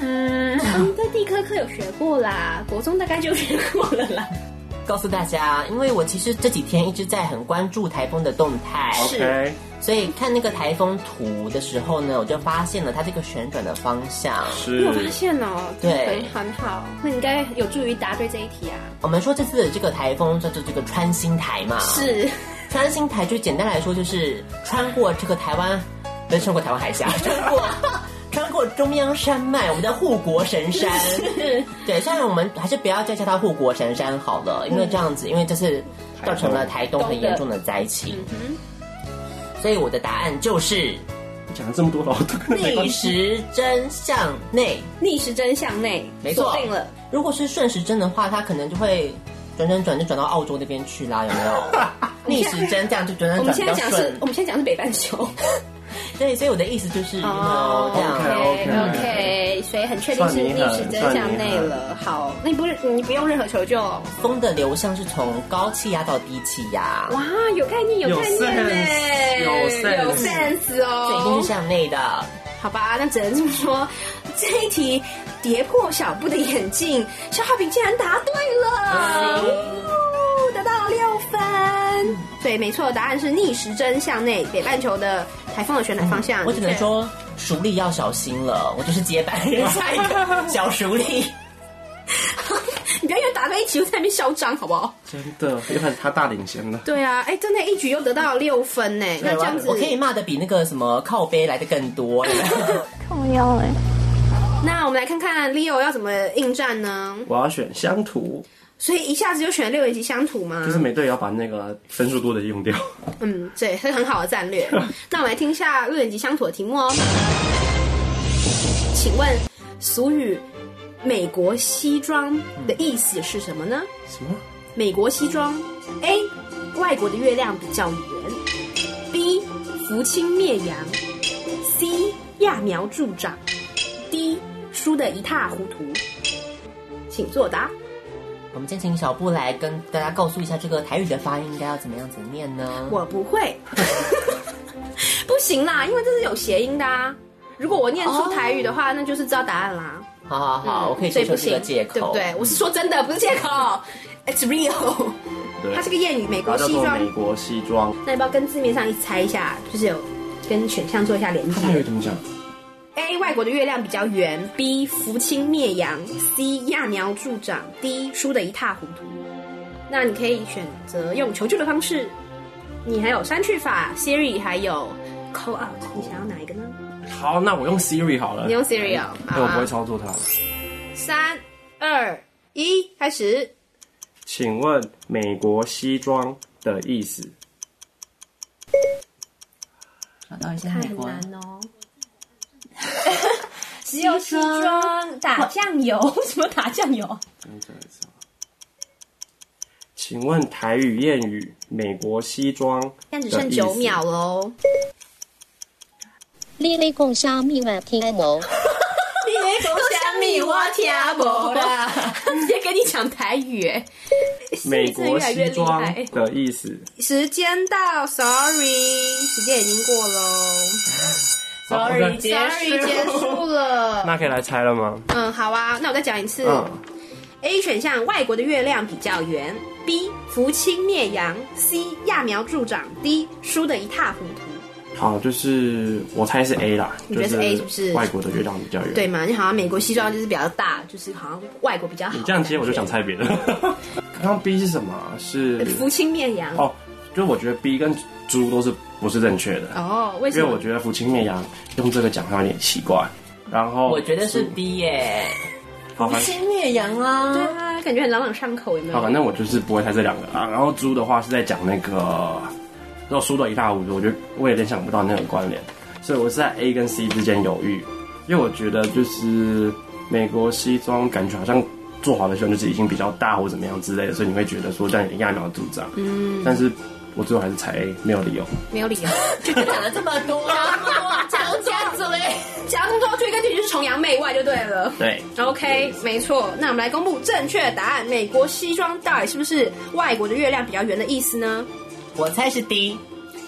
[SPEAKER 5] 嗯，我们在地科课有学过啦，国中大概就学过了啦。
[SPEAKER 6] 告诉大家，因为我其实这几天一直在很关注台风的动态，
[SPEAKER 8] OK，
[SPEAKER 6] 所以看那个台风图的时候呢，我就发现了它这个旋转的方向。
[SPEAKER 5] 你有
[SPEAKER 8] 是 *laughs*
[SPEAKER 5] 发现哦、
[SPEAKER 6] 对
[SPEAKER 5] 很很好，那你应该有助于答对这一题啊。
[SPEAKER 6] 我们说这次的这个台风叫做这个穿心台嘛，
[SPEAKER 5] 是，
[SPEAKER 6] 穿心台就简单来说就是穿过这个台湾，不是穿过台湾海峡，穿过穿过中央山脉，我们的护国神山。对，虽然我们还是不要再叫它护国神山好了，因为这样子，因为这是造成了台东很严重的灾情。所以我的答案就是
[SPEAKER 8] 讲了这么多了，我都跟没关
[SPEAKER 6] 逆
[SPEAKER 5] *laughs*
[SPEAKER 8] 系。
[SPEAKER 6] 时针向内，
[SPEAKER 5] 逆时针向内，
[SPEAKER 6] 没错
[SPEAKER 5] 锁定了。
[SPEAKER 6] 如果是顺时针的话，它可能就会转转转就转到澳洲那边去啦，有没有？逆时针这样就转
[SPEAKER 5] 我
[SPEAKER 6] 转转比
[SPEAKER 5] 们现在
[SPEAKER 6] 较
[SPEAKER 5] 讲是
[SPEAKER 6] 顺，
[SPEAKER 5] 我。们现在讲是北半球。
[SPEAKER 6] 对，所以我的意思就是，哦，这样。
[SPEAKER 5] OK
[SPEAKER 8] OK，OK
[SPEAKER 5] OK，所以很确定是逆时针向内了。好，那你不你不用任何求救。
[SPEAKER 6] 风的流向是从高气压到低气压，
[SPEAKER 5] 哇，有概念，有概念呢、
[SPEAKER 8] 有 sense，有
[SPEAKER 5] 有 sense 哦，
[SPEAKER 6] 这一定是向内的。
[SPEAKER 5] 好吧，那只能这么说。这一题跌破小布的眼镜，肖浩平竟然答对了，呜得到了六分。对，没错，答案是逆时针向内，北半球的台风的旋转方向。
[SPEAKER 6] 我只能，说，熟力要小心了。我就是接班
[SPEAKER 5] *laughs*
[SPEAKER 6] 人，下一个小熟力。
[SPEAKER 5] 你不要因为答对一题就在那边嚣张，好不好？
[SPEAKER 8] 真的，又开始他大领先了。
[SPEAKER 5] 对啊，哎，真的，一局又得到了六分呢。那这样子，
[SPEAKER 6] 我可以骂的比那个什么靠背来的更
[SPEAKER 5] *laughs*
[SPEAKER 6] 多。有没有
[SPEAKER 5] 那我们来看看 Leo 要怎么应战呢？
[SPEAKER 8] 我要选乡土，
[SPEAKER 5] 所以一下子就选了六年级乡土吗？
[SPEAKER 8] 就是每队也要把那个分数多的
[SPEAKER 5] *laughs*
[SPEAKER 8] 用掉。
[SPEAKER 5] 嗯，对，是很好的战
[SPEAKER 8] *laughs*
[SPEAKER 5] 略。那我们来听一下六年级乡土的题目哦。请问俗语“美国西装”的意思是什么呢？
[SPEAKER 8] 嗯什么？
[SPEAKER 5] 美国西装：A. 外国的月亮比较圆；B. 福清灭洋；C. 揠苗助长；D. 输得一塌糊涂。请作答。
[SPEAKER 6] 我们先请小布来跟大家告诉一下，这个台语的发音应该要怎么样子念呢？
[SPEAKER 5] 我不会， *laughs* 不行啦，因为这是有谐音的啊。如果我念出台语的话，那就是知道答案啦。
[SPEAKER 6] 好好好，哦
[SPEAKER 5] 嗯
[SPEAKER 6] 我可以
[SPEAKER 5] 所
[SPEAKER 6] 接
[SPEAKER 5] 以
[SPEAKER 6] 受
[SPEAKER 5] 不
[SPEAKER 6] 这
[SPEAKER 5] 行，
[SPEAKER 6] 个借口，
[SPEAKER 5] 对不对？？我是说真的，不是借口。It's *laughs* real，
[SPEAKER 8] 对
[SPEAKER 5] 它是个谚语，美
[SPEAKER 8] 它
[SPEAKER 5] 国
[SPEAKER 8] 叫
[SPEAKER 5] 西
[SPEAKER 8] 做
[SPEAKER 5] 装
[SPEAKER 8] 美。国西装。
[SPEAKER 5] 那要不要跟字面上一起猜一下？就是有跟选项做一下连接
[SPEAKER 8] 它。台语怎么讲？
[SPEAKER 5] A. 外国的月亮比较圆。B. 福清灭洋。C. 揠苗助长。D. 输得一塌糊涂。那你可以选择用求救的方式，你还有删去法、Siri，还有 Call Out，你想要哪一个呢？
[SPEAKER 8] 好，那我用 Siri 好了。
[SPEAKER 5] 你用 Siri 哦
[SPEAKER 8] 但
[SPEAKER 5] 好
[SPEAKER 8] 我
[SPEAKER 5] 啊
[SPEAKER 8] 不会操作它。
[SPEAKER 5] 三二一，开始。
[SPEAKER 8] 请问美国西装的意思？
[SPEAKER 9] 找到一些美
[SPEAKER 5] 很
[SPEAKER 9] 国
[SPEAKER 5] 难哦。只有西装打酱油，什么打酱油？
[SPEAKER 8] 跟着走请问台语谚语“美国西装”
[SPEAKER 5] 现在只剩九秒喽。
[SPEAKER 10] 你咧讲啥物我听无，
[SPEAKER 5] *laughs* 你讲虾米我听无啦，直接跟 *laughs* 你讲台语 *laughs* 哎。
[SPEAKER 8] 美国西装
[SPEAKER 5] 是不是越来越厉
[SPEAKER 8] 的意思。
[SPEAKER 5] 害时间到，sorry，时间已经过喽
[SPEAKER 8] *laughs* 好 OK， *laughs*
[SPEAKER 5] ，sorry 结束了。 *laughs*
[SPEAKER 8] 那可以来猜了吗？
[SPEAKER 5] 嗯，好啊，那我再讲一次。
[SPEAKER 8] 嗯，
[SPEAKER 5] A 选项外国的月亮比较圆，B 福清灭洋，C 揠苗助长，D 输得一塌糊涂。
[SPEAKER 8] 好，就是我猜是 A 啦，
[SPEAKER 5] 你
[SPEAKER 8] 就
[SPEAKER 5] 觉得是 A 是不是
[SPEAKER 8] 外国的月亮比较圆。
[SPEAKER 5] 对，嘛？你好像美国西装就是比较大，就是好像外国比较好。
[SPEAKER 8] 你这样接我就想猜别
[SPEAKER 5] *laughs*
[SPEAKER 8] 的。刚刚 B 是什么啊？是
[SPEAKER 5] 福清灭洋。
[SPEAKER 8] 哦，就是我觉得 B 跟猪都是不是正确的，
[SPEAKER 5] 哦，为
[SPEAKER 8] 因
[SPEAKER 5] 什
[SPEAKER 8] 为
[SPEAKER 5] 么？
[SPEAKER 8] 我觉得福清灭洋用这个讲它有点奇怪。然后
[SPEAKER 6] 我觉得是 B 耶，
[SPEAKER 8] 好，反
[SPEAKER 6] 清灭洋啊，
[SPEAKER 5] 对啊，感觉很朗朗上口，有没
[SPEAKER 8] 好，
[SPEAKER 5] 有？
[SPEAKER 8] 反正我就是不会猜这两个啊。然后猪的话是在讲那个，肉输的一塌糊涂，我觉得我有点想不到那个关联，所以我是在 A 跟 C 之间犹豫，因为我觉得就是美国西装感觉好像做好的时候就是已经比较大或怎么样之类的，所以你会觉得说这样有点揠苗助长。嗯，但是我最后还是猜 A，没有理由。
[SPEAKER 5] 没有理由，
[SPEAKER 6] 讲 *laughs* 了这么
[SPEAKER 5] *laughs*
[SPEAKER 6] 多，
[SPEAKER 5] 讲这样嘞，讲那么多，追根究底就是崇洋媚外就对了。
[SPEAKER 8] 对
[SPEAKER 5] OK，没错。那我们来公布正确答案：美国西装到底是不是外国的月亮比较圆的意思呢？
[SPEAKER 6] 我猜是 D，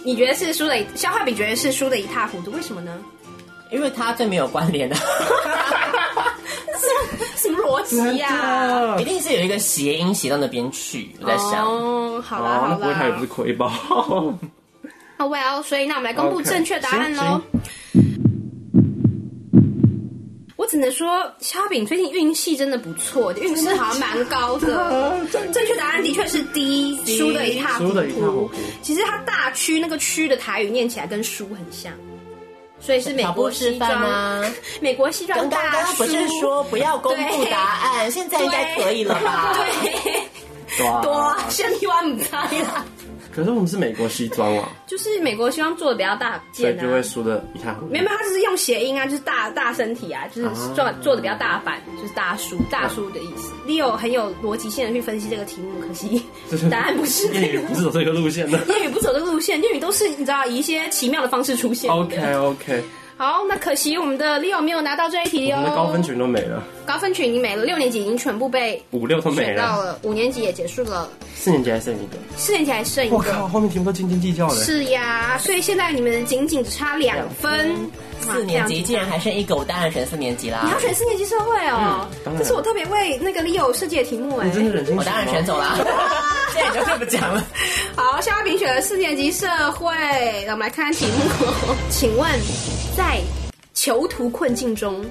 [SPEAKER 5] 你觉得是输的一，消化饼觉得是输的一塌糊涂，为什么
[SPEAKER 6] *laughs*
[SPEAKER 5] 呢？
[SPEAKER 6] 因为它最没有关
[SPEAKER 5] *laughs*
[SPEAKER 6] 联的，
[SPEAKER 5] 这是什么逻辑呀？
[SPEAKER 6] 一定是有一个谐音谐到那边去。我在想，
[SPEAKER 5] 哦，好啦
[SPEAKER 8] 哦，那
[SPEAKER 5] 好
[SPEAKER 8] 不会它也不
[SPEAKER 5] 啦
[SPEAKER 8] 是亏
[SPEAKER 5] *laughs*
[SPEAKER 8] 包。
[SPEAKER 5] 哦，Well，所以那我们来公布
[SPEAKER 8] OK，
[SPEAKER 5] 正确答案喽
[SPEAKER 8] 行。
[SPEAKER 5] 我只能说，肖饼最近运气真的不错，运势好像蛮高的。正确答案的确是 D，输的一塌糊
[SPEAKER 8] 输得一塌糊
[SPEAKER 5] 涂
[SPEAKER 8] 涂。
[SPEAKER 5] 其实它大区那个区的台语念起来跟输很像，所以是美
[SPEAKER 6] 小布
[SPEAKER 5] 国
[SPEAKER 6] 示
[SPEAKER 5] 西
[SPEAKER 6] 范
[SPEAKER 5] 装
[SPEAKER 6] 啊。
[SPEAKER 5] 美国西
[SPEAKER 6] *laughs*
[SPEAKER 5] 装
[SPEAKER 6] 刚刚刚
[SPEAKER 5] 大
[SPEAKER 6] 刚
[SPEAKER 5] 叔
[SPEAKER 6] 不是说不要公布答案，现在应该可以了吧？
[SPEAKER 5] *laughs* 对
[SPEAKER 8] 哇
[SPEAKER 5] 多像你玩唔猜啦，
[SPEAKER 8] 啊可是我们是美国西装
[SPEAKER 5] *laughs*
[SPEAKER 8] 啊，
[SPEAKER 5] 就是美国西装做的比较大
[SPEAKER 8] 所
[SPEAKER 5] 件
[SPEAKER 8] 以
[SPEAKER 5] 啊，
[SPEAKER 8] 就会输的一塌糊涂 *laughs*
[SPEAKER 5] 没有，。没有他只是用谐音啊，就是大大身体啊，就是做、做的比较大版，就是大叔大叔的意思。Leo 很有逻辑性的去分析这个题目，可惜 *laughs* 答案不是
[SPEAKER 8] 英
[SPEAKER 5] 这
[SPEAKER 8] 语
[SPEAKER 5] 个。
[SPEAKER 8] 不是走这个路线的。
[SPEAKER 5] 谚语不走这个路线，谚语都是你知道以一些奇妙的方式出现的。
[SPEAKER 8] OK OK，
[SPEAKER 5] 好，那可惜我们的 Leo 没有拿到这一题
[SPEAKER 8] 我
[SPEAKER 5] 哦。
[SPEAKER 8] 们的高分群都没了，
[SPEAKER 5] 高分群已经没了，六年级已经全部被
[SPEAKER 8] 五六都没
[SPEAKER 5] 选到
[SPEAKER 8] 了，
[SPEAKER 5] 了，五年级也结束了，
[SPEAKER 8] 四年级还剩一个。
[SPEAKER 5] 四年级还剩一
[SPEAKER 8] 我
[SPEAKER 5] 个
[SPEAKER 8] 靠，。后面题目都斤斤计较的。
[SPEAKER 5] 是呀，所以现在你们仅仅只差两分。哇
[SPEAKER 6] 四年
[SPEAKER 5] 这
[SPEAKER 6] 级
[SPEAKER 5] 样子
[SPEAKER 6] 竟然还剩一个，我当然选四年级
[SPEAKER 5] 你
[SPEAKER 6] 啦
[SPEAKER 5] 要，选四年级社会哦，
[SPEAKER 8] 啊嗯当然
[SPEAKER 5] 这
[SPEAKER 8] 哦
[SPEAKER 5] 是我特别为那个 Leo 设计的题目哎
[SPEAKER 8] 你。真的忍心？
[SPEAKER 6] 我当然选。走啦。 *laughs* 现在你就不讲了。
[SPEAKER 5] 好，肖平选了四年级社会，那我们来看看题目 *laughs* 哦。请问，在囚徒困境中，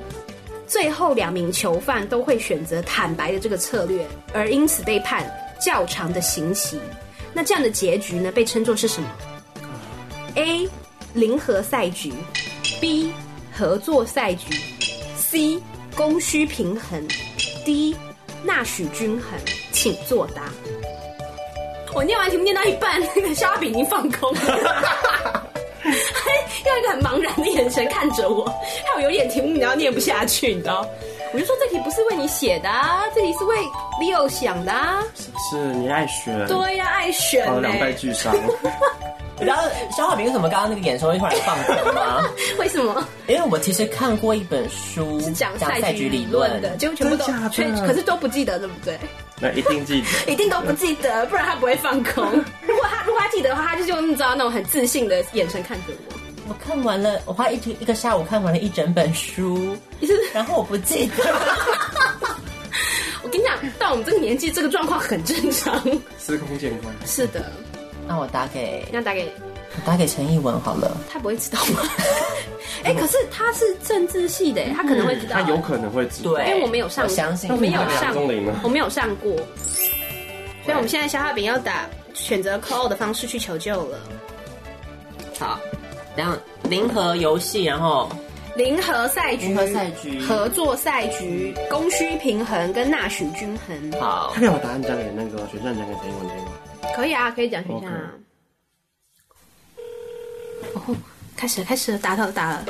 [SPEAKER 5] 最后两名囚犯都会选择坦白的这个策略，而因此被判较长的刑期。那这样的结局呢，被称作是什么？A. 零和赛局，B. 合作赛局，C. 供需平衡，D. 纳许均衡。请作答。我念完题目念到一半，那个肖比已经放空 *laughs* 了，还用一个很茫然的眼神看着我，害我有点题目然后念不下去，你知道？我就说这题不是为你写的、啊，这题是为 Leo 想的、啊。哦
[SPEAKER 8] 是你爱选。
[SPEAKER 5] 对呀、爱选
[SPEAKER 8] 呃，
[SPEAKER 5] 呢、
[SPEAKER 8] 两败俱伤。
[SPEAKER 6] 然后肖浩明为什么刚刚那个眼神会突然放空吗？ *laughs*
[SPEAKER 5] 为什么
[SPEAKER 6] 因为我其实看过一本书，
[SPEAKER 5] 讲
[SPEAKER 6] 赛
[SPEAKER 5] 赛
[SPEAKER 6] 局
[SPEAKER 5] 局
[SPEAKER 6] 理
[SPEAKER 5] 理
[SPEAKER 6] 论
[SPEAKER 5] 论的，结果全部都
[SPEAKER 8] 真假的
[SPEAKER 5] 全可是都不记得，对不对？
[SPEAKER 8] *laughs* 那一定记得。
[SPEAKER 5] 一定都不记得，不然他不会放 *laughs* 空。如果他如果他记得的话，他就是用你知道那种很自信的眼神看着我。
[SPEAKER 6] 我看完了，我花一天一个下午看完了一整本书，然后我不记得。
[SPEAKER 5] 我跟你讲，到我们这个年纪，这个状况很正常。
[SPEAKER 8] 司空见惯。
[SPEAKER 5] 是的，
[SPEAKER 6] *laughs* 那我打给
[SPEAKER 5] 那打给
[SPEAKER 6] 我打给陈艺文好了。
[SPEAKER 5] 他不会知道 *laughs* 吗？哎、可是他是政治系的，他可能会知道。
[SPEAKER 8] 他有可能会知道。
[SPEAKER 6] 对，
[SPEAKER 5] 因为我没有上，
[SPEAKER 6] 我相信
[SPEAKER 5] 我没有
[SPEAKER 8] 那
[SPEAKER 5] 上
[SPEAKER 8] 你打梁宗麟呢，
[SPEAKER 5] 我没有上过，所以我们现在小画饼要打选择 call 的方式去求救了。好，
[SPEAKER 6] 然后零和游戏，然后
[SPEAKER 5] 零和赛局、
[SPEAKER 6] 零和赛局
[SPEAKER 5] 合作赛局、供需平衡跟纳许均衡，
[SPEAKER 6] 好
[SPEAKER 8] 他可以把答案讲给那个选项讲给陈英文听吗？
[SPEAKER 5] 可以啊，可以讲选项啊。哦，开始了，开始了，打到打了。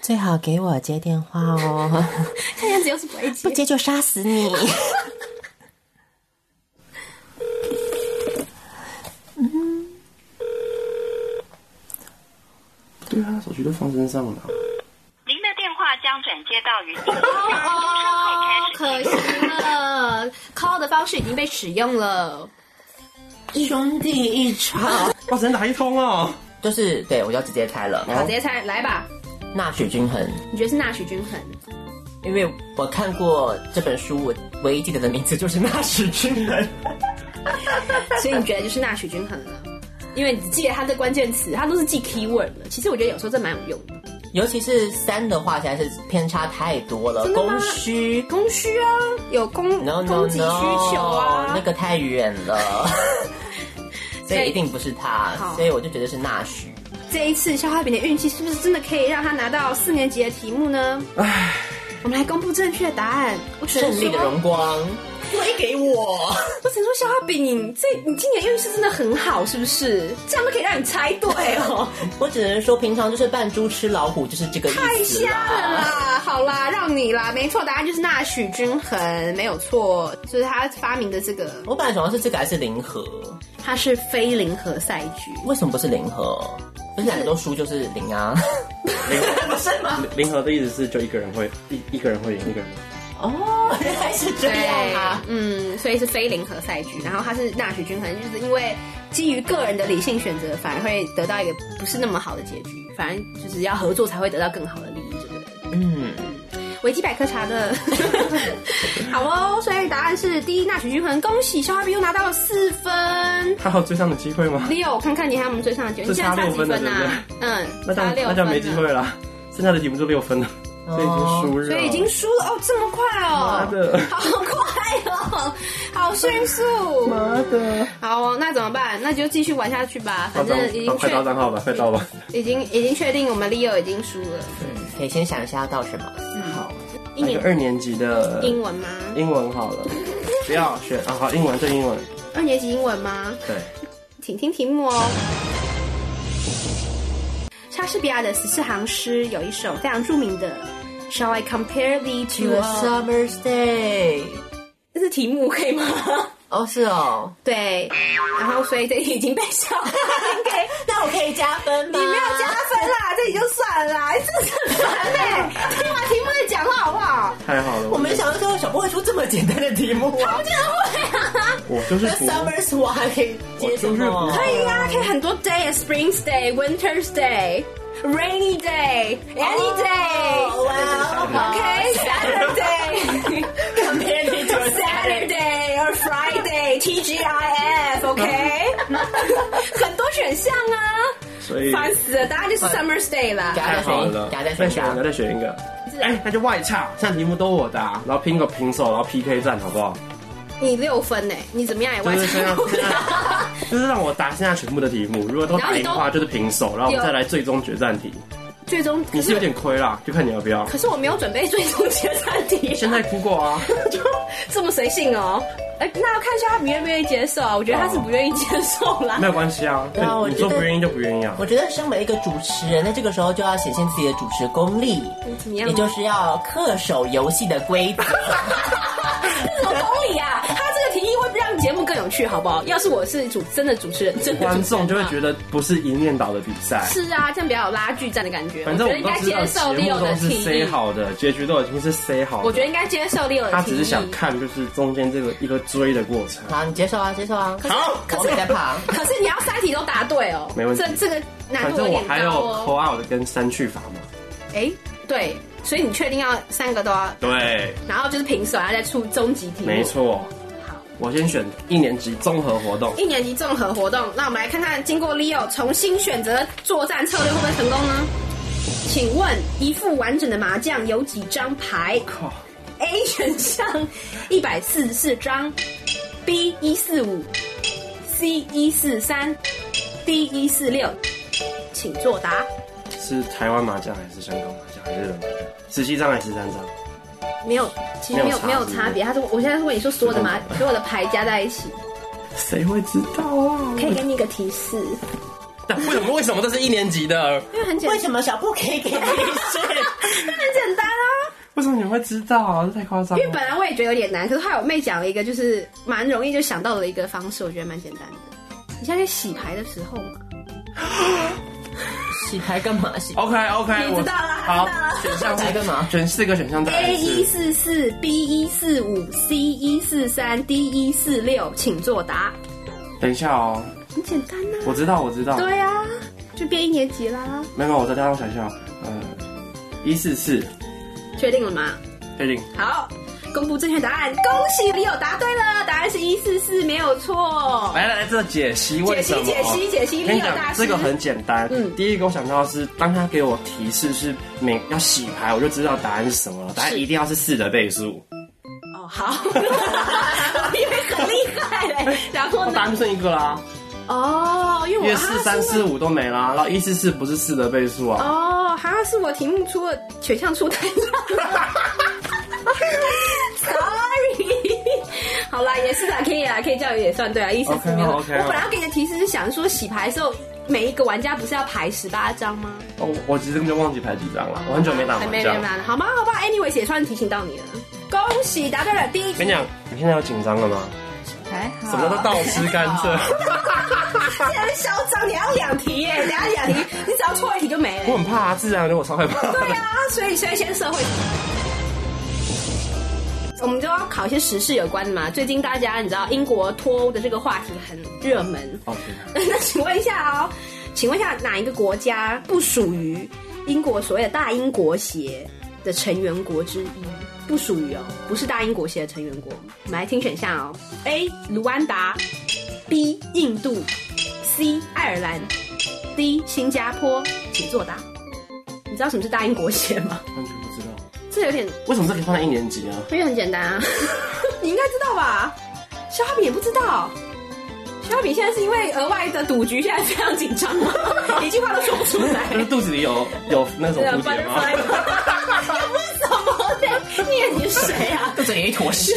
[SPEAKER 6] 最好给我接电话 *laughs* 哦，
[SPEAKER 5] 看样子又是不会接，
[SPEAKER 6] 不接就杀死你。
[SPEAKER 8] 对啊，手机都放身上了。
[SPEAKER 11] 您的电话将转接到于
[SPEAKER 5] 哦，可惜了，call 的方式已经被使用了。
[SPEAKER 6] 兄弟一场，
[SPEAKER 8] 哇，只能打一通哦。
[SPEAKER 5] *laughs*
[SPEAKER 6] 就是对我就要直接开了。
[SPEAKER 5] 好，直接猜，来吧。
[SPEAKER 6] 纳许均衡，
[SPEAKER 5] 你觉得是纳许均衡？
[SPEAKER 6] *laughs* 因为我看过这本书，我唯一记得的名字就是纳许均衡。
[SPEAKER 5] 所以你觉得就是纳许均衡了？因为你记得它的关键词，它都是记 keyword 的。其实我觉得有时候这蛮有用的。
[SPEAKER 6] *laughs* 尤其是三的话，现在是偏差太多了，
[SPEAKER 5] 真的吗
[SPEAKER 6] 供需
[SPEAKER 5] 供需啊，有供
[SPEAKER 6] no
[SPEAKER 5] 供
[SPEAKER 6] no
[SPEAKER 5] 给需求啊
[SPEAKER 6] no，那个太远 *laughs* 了，所以一定不是他
[SPEAKER 5] 好，
[SPEAKER 6] 所以我就觉得是纳许。
[SPEAKER 5] 这一次消化饼的运气是不是真的可以让他拿到四年级的题目呢？我们来公布正确答案。我只能
[SPEAKER 6] 胜
[SPEAKER 5] 说
[SPEAKER 6] 利的荣光推给我，
[SPEAKER 5] 我只能说，消化饼，你这你今年运势真的很好，是不是？这样都可以让你猜对哦，
[SPEAKER 6] *laughs* 我只能说平常就是扮猪吃老虎，就是这个意思啦。
[SPEAKER 5] 太瞎了啦！好啦，让你啦，没错，答案就是纳许均衡，没有错，就是他发明的这个，
[SPEAKER 6] 我本来想要是这个还是零和，
[SPEAKER 5] 它是非零和赛局。
[SPEAKER 6] 为什么不是零和？不是两个都输就是零啊？不是吗？
[SPEAKER 8] 零和的意思是就一个人会一一个人会赢一个人。
[SPEAKER 6] 哦， *laughs* 原来是这样啊！
[SPEAKER 5] 嗯，所以是非零和赛局，然后它是纳许均衡，就是因为基于个人的理性选择，反而会得到一个不是那么好的结局，反正就是要合作才会得到更好的利益，对不对？
[SPEAKER 6] 嗯，
[SPEAKER 5] 维基百科查 *laughs* 的，好哦，所以答案是第一纳许均衡，恭喜肖化饼又拿到了四分。
[SPEAKER 8] 他还有追上的机会吗？
[SPEAKER 5] Leo，我看看你还有我们追上的九，你
[SPEAKER 8] 这
[SPEAKER 5] 现在
[SPEAKER 8] 差
[SPEAKER 5] 差
[SPEAKER 8] 六
[SPEAKER 5] 几
[SPEAKER 8] 分了
[SPEAKER 5] 分啊？嗯，
[SPEAKER 8] 那这
[SPEAKER 5] 差
[SPEAKER 8] 样
[SPEAKER 5] 六
[SPEAKER 8] 那这
[SPEAKER 5] 分
[SPEAKER 8] 样
[SPEAKER 5] 了
[SPEAKER 8] 没机会了，剩下的题目就六分了，所以已经输了。
[SPEAKER 5] 所以已经输了哦，这么快
[SPEAKER 8] 妈
[SPEAKER 5] 哦，
[SPEAKER 8] 的
[SPEAKER 5] 好快哦，好迅速，
[SPEAKER 8] 妈的，
[SPEAKER 5] 好哦，那怎么办？那就继续玩下去吧，
[SPEAKER 8] 到
[SPEAKER 5] 反
[SPEAKER 8] 账
[SPEAKER 5] 正已
[SPEAKER 8] 到
[SPEAKER 5] 经
[SPEAKER 8] 快
[SPEAKER 5] 确
[SPEAKER 8] 到账号吧，快到吧。
[SPEAKER 5] 已经已经确定我们 Leo 已经输了，
[SPEAKER 6] 可以先想一下到什么。
[SPEAKER 8] 好，
[SPEAKER 5] 一
[SPEAKER 8] 来
[SPEAKER 5] 年
[SPEAKER 8] 个二年级的
[SPEAKER 5] 英文吗？
[SPEAKER 8] 英文好了，不要选啊，好，英文对英文，
[SPEAKER 5] 二年级英文吗？
[SPEAKER 8] 对，
[SPEAKER 5] 请听题目哦。莎士比亚的十四行诗有一首非常著名的《Shall I Compare Thee
[SPEAKER 6] To
[SPEAKER 5] to
[SPEAKER 6] a
[SPEAKER 5] a》，
[SPEAKER 6] summer's day。
[SPEAKER 5] 这是题目可以吗？
[SPEAKER 6] 哦，是哦。
[SPEAKER 5] 对，然后所以这已经被笑了，应 *laughs* 该
[SPEAKER 6] 哎那我可以加啊分
[SPEAKER 5] 你
[SPEAKER 6] 吗？
[SPEAKER 5] 没有加分啦，这也就算了啦，这是很烦嘞、听完题目再讲话好不 *laughs* 好？
[SPEAKER 8] 太好了，
[SPEAKER 6] 我没想到最后小波会出这么简单的题目啊！
[SPEAKER 8] 我就是
[SPEAKER 6] 那
[SPEAKER 8] 服，
[SPEAKER 6] summer's 我还可以接什
[SPEAKER 5] *laughs*
[SPEAKER 6] 么？
[SPEAKER 5] 可以呀、可以啊很多 day，Spring's Day，Winter's Day，Rainy Day，Any Day。
[SPEAKER 6] 哇哦
[SPEAKER 5] *laughs* Okay, Saturday, *laughs* compared to *laughs* Saturday or Friday, TGIF, okay？很多选项啊，
[SPEAKER 8] 所以
[SPEAKER 5] 烦死了，答案就是 Summer's Day 啦
[SPEAKER 6] 给。他
[SPEAKER 8] 太
[SPEAKER 6] 再
[SPEAKER 8] 好
[SPEAKER 6] 选一
[SPEAKER 8] 了
[SPEAKER 6] 个，给他再
[SPEAKER 8] 再
[SPEAKER 6] 选一
[SPEAKER 8] 选一个，
[SPEAKER 6] 个。
[SPEAKER 8] 再选一个。哎，那就外差，现在题目都我答，然后拼个平手，然后 PK 战，好不好？
[SPEAKER 5] 你六分呢、你怎么样也
[SPEAKER 8] 就
[SPEAKER 5] 完
[SPEAKER 8] 是
[SPEAKER 5] 成
[SPEAKER 8] 现在，
[SPEAKER 5] 不
[SPEAKER 8] 现在
[SPEAKER 5] 了。
[SPEAKER 8] 就是让我答现在全部的题目，如果都答赢的
[SPEAKER 5] 然后
[SPEAKER 8] 话就是平手，然后我们再来最终决战题。
[SPEAKER 5] 最终
[SPEAKER 8] 你
[SPEAKER 5] 可
[SPEAKER 8] 是有
[SPEAKER 5] 是
[SPEAKER 8] 点亏啦，就看你要不要。
[SPEAKER 5] 可是我没有准备最终决战题，
[SPEAKER 8] 现在 Google 啊，
[SPEAKER 5] 就这么随性哦。哎，那要看一下他愿不愿意接受啊？我觉得他是不愿意接受啦
[SPEAKER 8] 没。有关系啊，
[SPEAKER 6] 对啊我
[SPEAKER 8] 你
[SPEAKER 6] 觉
[SPEAKER 8] 说
[SPEAKER 6] 得
[SPEAKER 8] 不愿意就不愿意啊。
[SPEAKER 6] 我觉得身为一个主持人，在这个时候就要显现自己的主持功力，
[SPEAKER 5] 怎么样
[SPEAKER 6] 也？就是要恪守游戏的规 *laughs* 则。
[SPEAKER 5] 这什么公理啊？他这个提议会让节目更有趣，好不好？要是我是主真的主持人，真的
[SPEAKER 8] *laughs* 观
[SPEAKER 5] 主持人
[SPEAKER 8] 众就会觉得不是一面倒的比赛，
[SPEAKER 5] 是啊，这样比较有拉锯战的感觉。
[SPEAKER 8] 反正
[SPEAKER 5] 我
[SPEAKER 8] 我
[SPEAKER 5] 觉得
[SPEAKER 8] 们
[SPEAKER 5] 应
[SPEAKER 8] 都
[SPEAKER 5] 该
[SPEAKER 8] 知
[SPEAKER 5] 接
[SPEAKER 8] 道
[SPEAKER 5] 受
[SPEAKER 8] 节
[SPEAKER 5] Leo
[SPEAKER 8] 目都
[SPEAKER 5] 的
[SPEAKER 8] 是
[SPEAKER 5] 提
[SPEAKER 8] say
[SPEAKER 5] 议，
[SPEAKER 8] 好的，结局都已经是 say 好的。
[SPEAKER 5] 我觉得应该接受 Leo 的提议。
[SPEAKER 8] 他只是想看就是中间这个一个追的过程。
[SPEAKER 6] 好，你接受啊，接受啊。
[SPEAKER 8] 好
[SPEAKER 6] 我没在怕。
[SPEAKER 5] 可是你要三题都答对哦，
[SPEAKER 8] 没问题
[SPEAKER 5] 这这个难
[SPEAKER 8] 反
[SPEAKER 5] 度
[SPEAKER 8] 正
[SPEAKER 5] 有
[SPEAKER 8] 我
[SPEAKER 5] 点
[SPEAKER 8] 还有
[SPEAKER 5] 高哦。
[SPEAKER 8] call out 跟删去法嘛。
[SPEAKER 5] 哎，对，所以你确定要三个都要，
[SPEAKER 8] 对，
[SPEAKER 5] 然后就是平手，然后再出终极题目。
[SPEAKER 8] 没。错。
[SPEAKER 5] 嗯好，
[SPEAKER 8] 我先选一年级综合活动。
[SPEAKER 5] 一年级综合活动，那我们来看看，经过 Leo 重新选择作战策略会不会成功呢？请问一副完整的麻将有几张牌
[SPEAKER 8] 靠，
[SPEAKER 5] ？A 选项一百四十四张，B 一四五，C 一四三，D 一四六，请作答。
[SPEAKER 8] 是台湾麻将还是香港麻将还是日本麻将？十七张还是十三张？
[SPEAKER 5] 没有，其实没有没
[SPEAKER 8] 没有
[SPEAKER 5] 有
[SPEAKER 8] 差
[SPEAKER 5] 差别。他说，我现在是问你说所有的麻所有的牌加在一起，
[SPEAKER 8] 谁会知道啊？
[SPEAKER 5] 可以给你一个提示，
[SPEAKER 8] 但为什么？为什么这是一年级的？
[SPEAKER 5] 因为很简
[SPEAKER 6] 为
[SPEAKER 5] 单，
[SPEAKER 6] 什么小布可以给你是？ *laughs*
[SPEAKER 5] 那很简单啊。
[SPEAKER 8] 为什么你们会知道啊？这太夸张
[SPEAKER 5] 因为
[SPEAKER 8] 了
[SPEAKER 5] 本。来我也觉得有点难，可是后来我妹讲了一个，就是蛮容易就想到的一个方式，我觉得蛮简单的。你现在在洗牌的时候嘛，
[SPEAKER 6] 洗牌干嘛？洗
[SPEAKER 8] OK OK，
[SPEAKER 5] 你
[SPEAKER 8] 我
[SPEAKER 5] 知道啦
[SPEAKER 8] 好
[SPEAKER 5] 知道啦，
[SPEAKER 8] 选项
[SPEAKER 6] 来
[SPEAKER 8] 是
[SPEAKER 6] 干嘛？
[SPEAKER 8] 选四个选项再来
[SPEAKER 5] A
[SPEAKER 8] 一
[SPEAKER 5] 一四
[SPEAKER 8] 次。
[SPEAKER 5] 四，B 一四五，C 一四三，D 一四六，请作答。
[SPEAKER 8] 等一下哦，
[SPEAKER 5] 很简单呐、啊
[SPEAKER 8] 我知道我知道，
[SPEAKER 5] 对啊，就变一年级啦。
[SPEAKER 8] 没有没有，我再让我想一下，呃，一四四，
[SPEAKER 5] 确定了吗？
[SPEAKER 8] 确定。
[SPEAKER 5] 好，公布正确答案，恭喜李友答对了，答案是一四四，没有错。
[SPEAKER 8] 来来来，这解析为什么？
[SPEAKER 5] 解析解析解析
[SPEAKER 8] 跟你
[SPEAKER 5] 利尔大
[SPEAKER 8] 讲，
[SPEAKER 5] 师
[SPEAKER 8] 这个很简单。
[SPEAKER 5] 嗯
[SPEAKER 8] 第一个我想到的是，当他给我提示是每要洗牌，我就知道答案是什么了。答案一定要是四的倍数。
[SPEAKER 5] 哦，好， *laughs* 我以为很厉害嘞。然后
[SPEAKER 8] 答
[SPEAKER 5] 呢？
[SPEAKER 8] 案就剩一个啦，
[SPEAKER 5] 哦，因
[SPEAKER 8] 因
[SPEAKER 5] 为
[SPEAKER 8] 为
[SPEAKER 5] 我
[SPEAKER 8] 四三四五都没啦，然后一四四不是四的倍数啊。
[SPEAKER 5] 哦，哈，是我题目出的 *laughs* 选项出太烂，sorry。好啦，也是啦，可以啦，可以叫也算对啊，意思是没有。我
[SPEAKER 8] OK，好，OK，好
[SPEAKER 5] 本来要给你的提示是想说洗牌的时候，每一个玩家不是要排十八张吗？
[SPEAKER 8] 哦，我其实根本就忘记排几张了，我很久没打
[SPEAKER 5] 还
[SPEAKER 8] 麻
[SPEAKER 5] 没没
[SPEAKER 8] 将。
[SPEAKER 5] 没，好吗？好吧，anyways 也算提醒到你了，恭喜答对了第一题
[SPEAKER 8] 跟你。讲，你现在有紧张了吗？
[SPEAKER 9] 还好，
[SPEAKER 8] 什么都倒吃甘
[SPEAKER 5] *laughs*
[SPEAKER 8] 蔗。
[SPEAKER 5] 竟然嚣张！你要两题耶，等下两题，你只要错一题就没
[SPEAKER 8] 我
[SPEAKER 5] 了。
[SPEAKER 8] 很怕啊，自然而然我超害怕。
[SPEAKER 5] 对啊，所以所以先社会。我们就要考一些时事有关的嘛。最近大家你知道英国脱欧的这个话题很热门， *laughs*
[SPEAKER 8] 哦天哪
[SPEAKER 5] 那请问一下哦，请问一下哪一个国家不属于英国所谓的大英国协的成员国之一？不属于哦，不是大英国协的成员国。我们来听选项哦：A. 卢安达，B. 印度，C. 爱尔兰，D. 新加坡。请作答。你知道什么是大英国协吗？ *laughs*
[SPEAKER 8] 完全不知道，
[SPEAKER 5] 这有点，
[SPEAKER 8] 为什么这可以放在一年级啊？
[SPEAKER 5] 因为很简单啊， *laughs* 你应该知道吧？肖哈比也不知道。肖哈比现在是因为额外的赌局，现在非常紧张吗？一句话都说不出 *laughs* 来。
[SPEAKER 8] 就是肚子里有有那种
[SPEAKER 5] 对啊
[SPEAKER 8] 蝴蝶吗？
[SPEAKER 5] *laughs* ，butterfly，又不是什么的，念你是谁 *laughs* 啊？
[SPEAKER 6] 肚子里有一坨屎。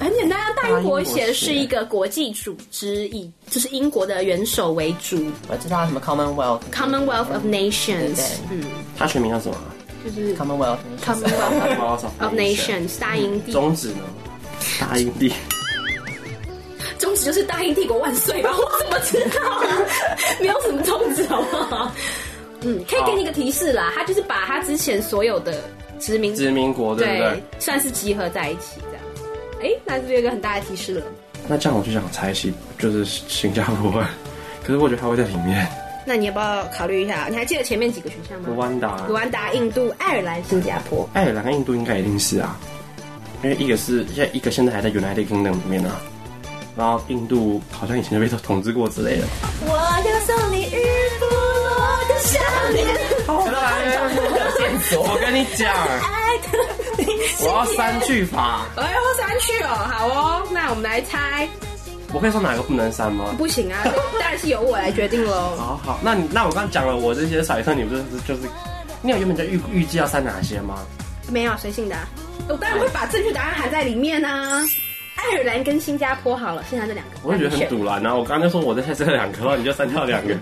[SPEAKER 5] 很简单啊，大英国协是一个国际组织，以就是英国的元首为主
[SPEAKER 6] 我知道什么 Commonwealth
[SPEAKER 5] ，Commonwealth of Nations，嗯，
[SPEAKER 8] 它全名叫什么啊？
[SPEAKER 5] 就是
[SPEAKER 6] Commonwealth
[SPEAKER 5] Commonwealth of
[SPEAKER 8] of
[SPEAKER 5] Nations 大英帝，
[SPEAKER 8] 宗旨呢？大英帝，
[SPEAKER 5] 宗旨就是大英帝国万岁吧？ *laughs* 我怎么知道？啊 *laughs* 没有什么宗旨好不好？嗯，可以给你一个提示啦，他就是把他之前所有的殖民
[SPEAKER 8] 殖民国对不对？
[SPEAKER 5] 算是集合在一起这样。哎，那这边有一个很大的提示了。
[SPEAKER 8] 那这样我就想猜新，就是新加坡， *laughs* 可是我觉得它会在里面。
[SPEAKER 5] 那你要不要考虑一下？你还记得前面几个选项吗？
[SPEAKER 8] 卢安达、
[SPEAKER 5] 卢安达、印度、爱尔兰、新加坡。
[SPEAKER 8] 爱尔兰、哎印度应该一定是啊，因为一个是现在一个现在还在 United Kingdom 里面啊，然后印度好像以前就被统治过之类的。
[SPEAKER 5] 我要送你日不落的想念，
[SPEAKER 6] 线索。
[SPEAKER 8] 我跟你讲，
[SPEAKER 5] 爱的哎你。
[SPEAKER 8] *laughs* 我要三句法，
[SPEAKER 5] 哎呦，删去哦，好哦，那我们来猜，
[SPEAKER 8] 我可以说哪个不能删吗？
[SPEAKER 5] 不行啊，当然是由我来决定喽。
[SPEAKER 8] 好好，那你那我刚刚讲了我这些揣测，你不是就是你有原本就预预计要删哪些吗？
[SPEAKER 5] 没有啊随性的啊、我当然会把正确答案含在里面啊。爱尔兰跟新加坡好了，剩下这两个，
[SPEAKER 8] 我就觉得很堵然啊！我刚刚就说我在猜这两个，然后你就删掉 *laughs* 两个。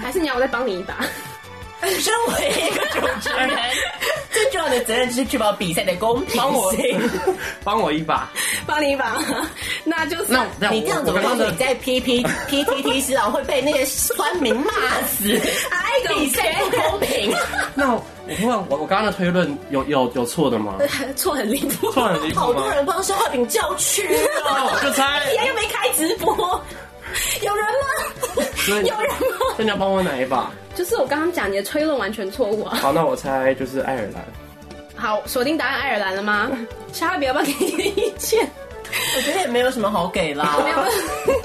[SPEAKER 5] 还是你要我再帮你一把？
[SPEAKER 6] *laughs*
[SPEAKER 5] *laughs*
[SPEAKER 6] 身为一个主持人， *laughs* 最重要的责任就是确保比赛的公平
[SPEAKER 8] 帮我
[SPEAKER 6] 性。
[SPEAKER 8] 帮我一把。
[SPEAKER 5] 帮你一把， *laughs* 那就是
[SPEAKER 8] 那那
[SPEAKER 6] 你这样子，
[SPEAKER 8] 我
[SPEAKER 6] 我
[SPEAKER 8] 刚
[SPEAKER 6] 告
[SPEAKER 8] 刚
[SPEAKER 6] 诉
[SPEAKER 8] 的
[SPEAKER 6] 你，在 P P P T T 市场会被那个酸民骂 *laughs* 死。
[SPEAKER 5] I
[SPEAKER 6] 比
[SPEAKER 5] don't
[SPEAKER 6] 赛不
[SPEAKER 5] care，
[SPEAKER 6] 公平，
[SPEAKER 8] 那我问我我刚刚的推论有有有错的吗？
[SPEAKER 5] 错很离谱，
[SPEAKER 8] *laughs* 错很离
[SPEAKER 6] 好
[SPEAKER 8] 谱吗
[SPEAKER 6] 多？人帮肖化饼叫屈
[SPEAKER 8] 那
[SPEAKER 6] *laughs* 哦。
[SPEAKER 8] 我就猜，
[SPEAKER 5] *laughs* 哎呀，又没开直播， *laughs* 有人吗？
[SPEAKER 8] 所以
[SPEAKER 5] 有
[SPEAKER 8] *laughs*
[SPEAKER 5] 人吗？
[SPEAKER 8] 那你要帮我哪一把？
[SPEAKER 5] 就是我刚刚讲你的推论完全错误啊！
[SPEAKER 8] 好，那我猜就是爱尔兰。
[SPEAKER 5] 好，锁定答案爱尔兰了
[SPEAKER 8] *laughs*
[SPEAKER 5] 吗？小海，要不要给你意见？
[SPEAKER 6] 我觉得也没有什么好给啦，
[SPEAKER 5] 没有，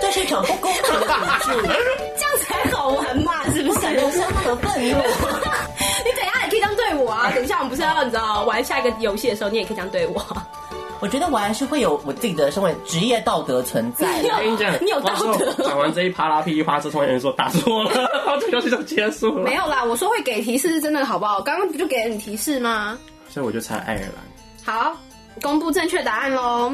[SPEAKER 6] 这是一场不公平的比赛。
[SPEAKER 5] 这样才好玩嘛，是不是？
[SPEAKER 6] 感觉相当的愤怒。
[SPEAKER 5] *laughs* 你等一下也可以这样对我 *laughs* 啊！等一下我们不是要你知道玩下一个游戏的时候，你也可以这样对我啊。
[SPEAKER 6] *laughs* 我觉得我还是会有我自己的身为职业道德存在 *laughs* 的。
[SPEAKER 8] 我跟你讲，
[SPEAKER 5] 你有道德
[SPEAKER 8] 到时候讲完这一啪啦噼里啪啦，这突然有人说打错了， *laughs* 然后这游戏就结束
[SPEAKER 5] *laughs*
[SPEAKER 8] 了
[SPEAKER 5] 没。有啦，我说会给提示是真的，好不好？刚刚不就给了你提示吗？
[SPEAKER 8] 所以我就猜爱尔兰。
[SPEAKER 5] 好，公布正确答案喽！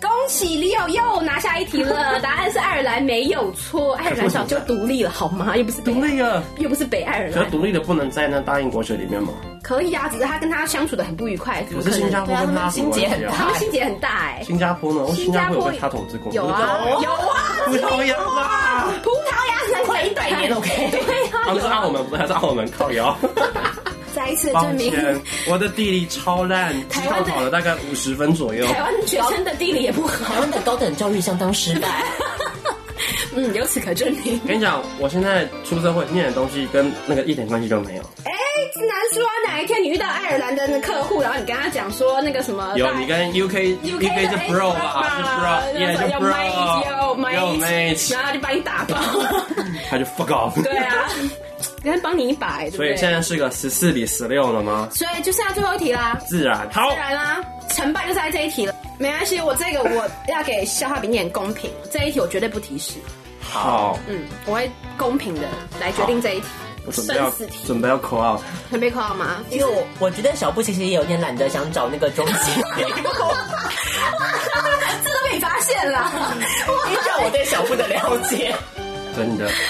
[SPEAKER 5] 恭喜李友又拿下一题 *laughs* 了，答案是爱尔兰，没有错。爱尔兰早就独立了，好 *laughs* 吗？又不是北
[SPEAKER 8] 独立了，
[SPEAKER 5] 又不是北爱尔
[SPEAKER 8] 可
[SPEAKER 5] 兰
[SPEAKER 8] 是，独立的不能在那大英国学里面吗？
[SPEAKER 5] 可以啊，只是他跟他相处的很不愉快，怎
[SPEAKER 8] 可
[SPEAKER 5] 么
[SPEAKER 8] 是
[SPEAKER 5] 可
[SPEAKER 8] 新
[SPEAKER 5] 能？
[SPEAKER 8] 加坡跟
[SPEAKER 6] 对啊他
[SPEAKER 8] 他
[SPEAKER 6] 们
[SPEAKER 8] 什
[SPEAKER 6] 心
[SPEAKER 8] 么
[SPEAKER 6] 结
[SPEAKER 8] 关系
[SPEAKER 6] 很
[SPEAKER 5] 他
[SPEAKER 8] 啊？
[SPEAKER 5] 们心结很大哎、
[SPEAKER 8] 新加坡呢？新加坡有被他统治过吗？
[SPEAKER 5] 有啊
[SPEAKER 8] 不知道
[SPEAKER 5] 有啊，
[SPEAKER 8] 葡萄牙吧，
[SPEAKER 5] 葡萄牙才快一百
[SPEAKER 6] 年 OK
[SPEAKER 5] *laughs* 对啊，
[SPEAKER 8] 他们
[SPEAKER 5] 有
[SPEAKER 8] 是
[SPEAKER 5] 啊
[SPEAKER 8] 澳门，不是他是澳门靠摇。
[SPEAKER 5] 再一次
[SPEAKER 8] 抱
[SPEAKER 5] 证明
[SPEAKER 8] 歉，我的地理超烂，只
[SPEAKER 5] 台湾
[SPEAKER 8] 考
[SPEAKER 5] 的
[SPEAKER 8] 考了大概五十分左右。
[SPEAKER 5] 台湾学生的地理也不好。 *laughs*
[SPEAKER 6] 台湾的高等教育相当失败，
[SPEAKER 5] 嗯，由此可证明。
[SPEAKER 8] 跟你讲，我现在出社会念的东西跟那个一点关系都没有。
[SPEAKER 5] 哎，难说难哪一天你遇到爱尔兰的那客户，然后你跟他讲说那个什么
[SPEAKER 8] 有你跟 UK
[SPEAKER 5] UK
[SPEAKER 8] 是 Pro 吧，是 Pro，也啊就
[SPEAKER 5] 哎要
[SPEAKER 8] Pro，
[SPEAKER 5] 呃 mate 要 mate，然后他就把你打爆。
[SPEAKER 8] 他就 fuck off。
[SPEAKER 5] 对 *laughs* 啊，人家帮你一把、欸，对不
[SPEAKER 8] *laughs* 所
[SPEAKER 5] 对
[SPEAKER 8] 以现在是个十四比十六了吗？
[SPEAKER 5] 所以就剩下最后一题啦。
[SPEAKER 8] 自然好
[SPEAKER 5] 自，然啦、成败就在这一题了。没关系，我这个我要给消化饼点公平，这一题我绝对不提示。
[SPEAKER 8] 好，
[SPEAKER 5] 嗯，我会公平的来决定这一题。
[SPEAKER 8] 我准备要准备要 call out。
[SPEAKER 5] 很被扣好吗？
[SPEAKER 6] *laughs* 因为我我觉得小布其实也有点懒得想找那个中 *laughs* 介，
[SPEAKER 5] *laughs* 这都被你发现了。
[SPEAKER 6] 依照我对小布的了解，
[SPEAKER 8] 真的。
[SPEAKER 5] *laughs*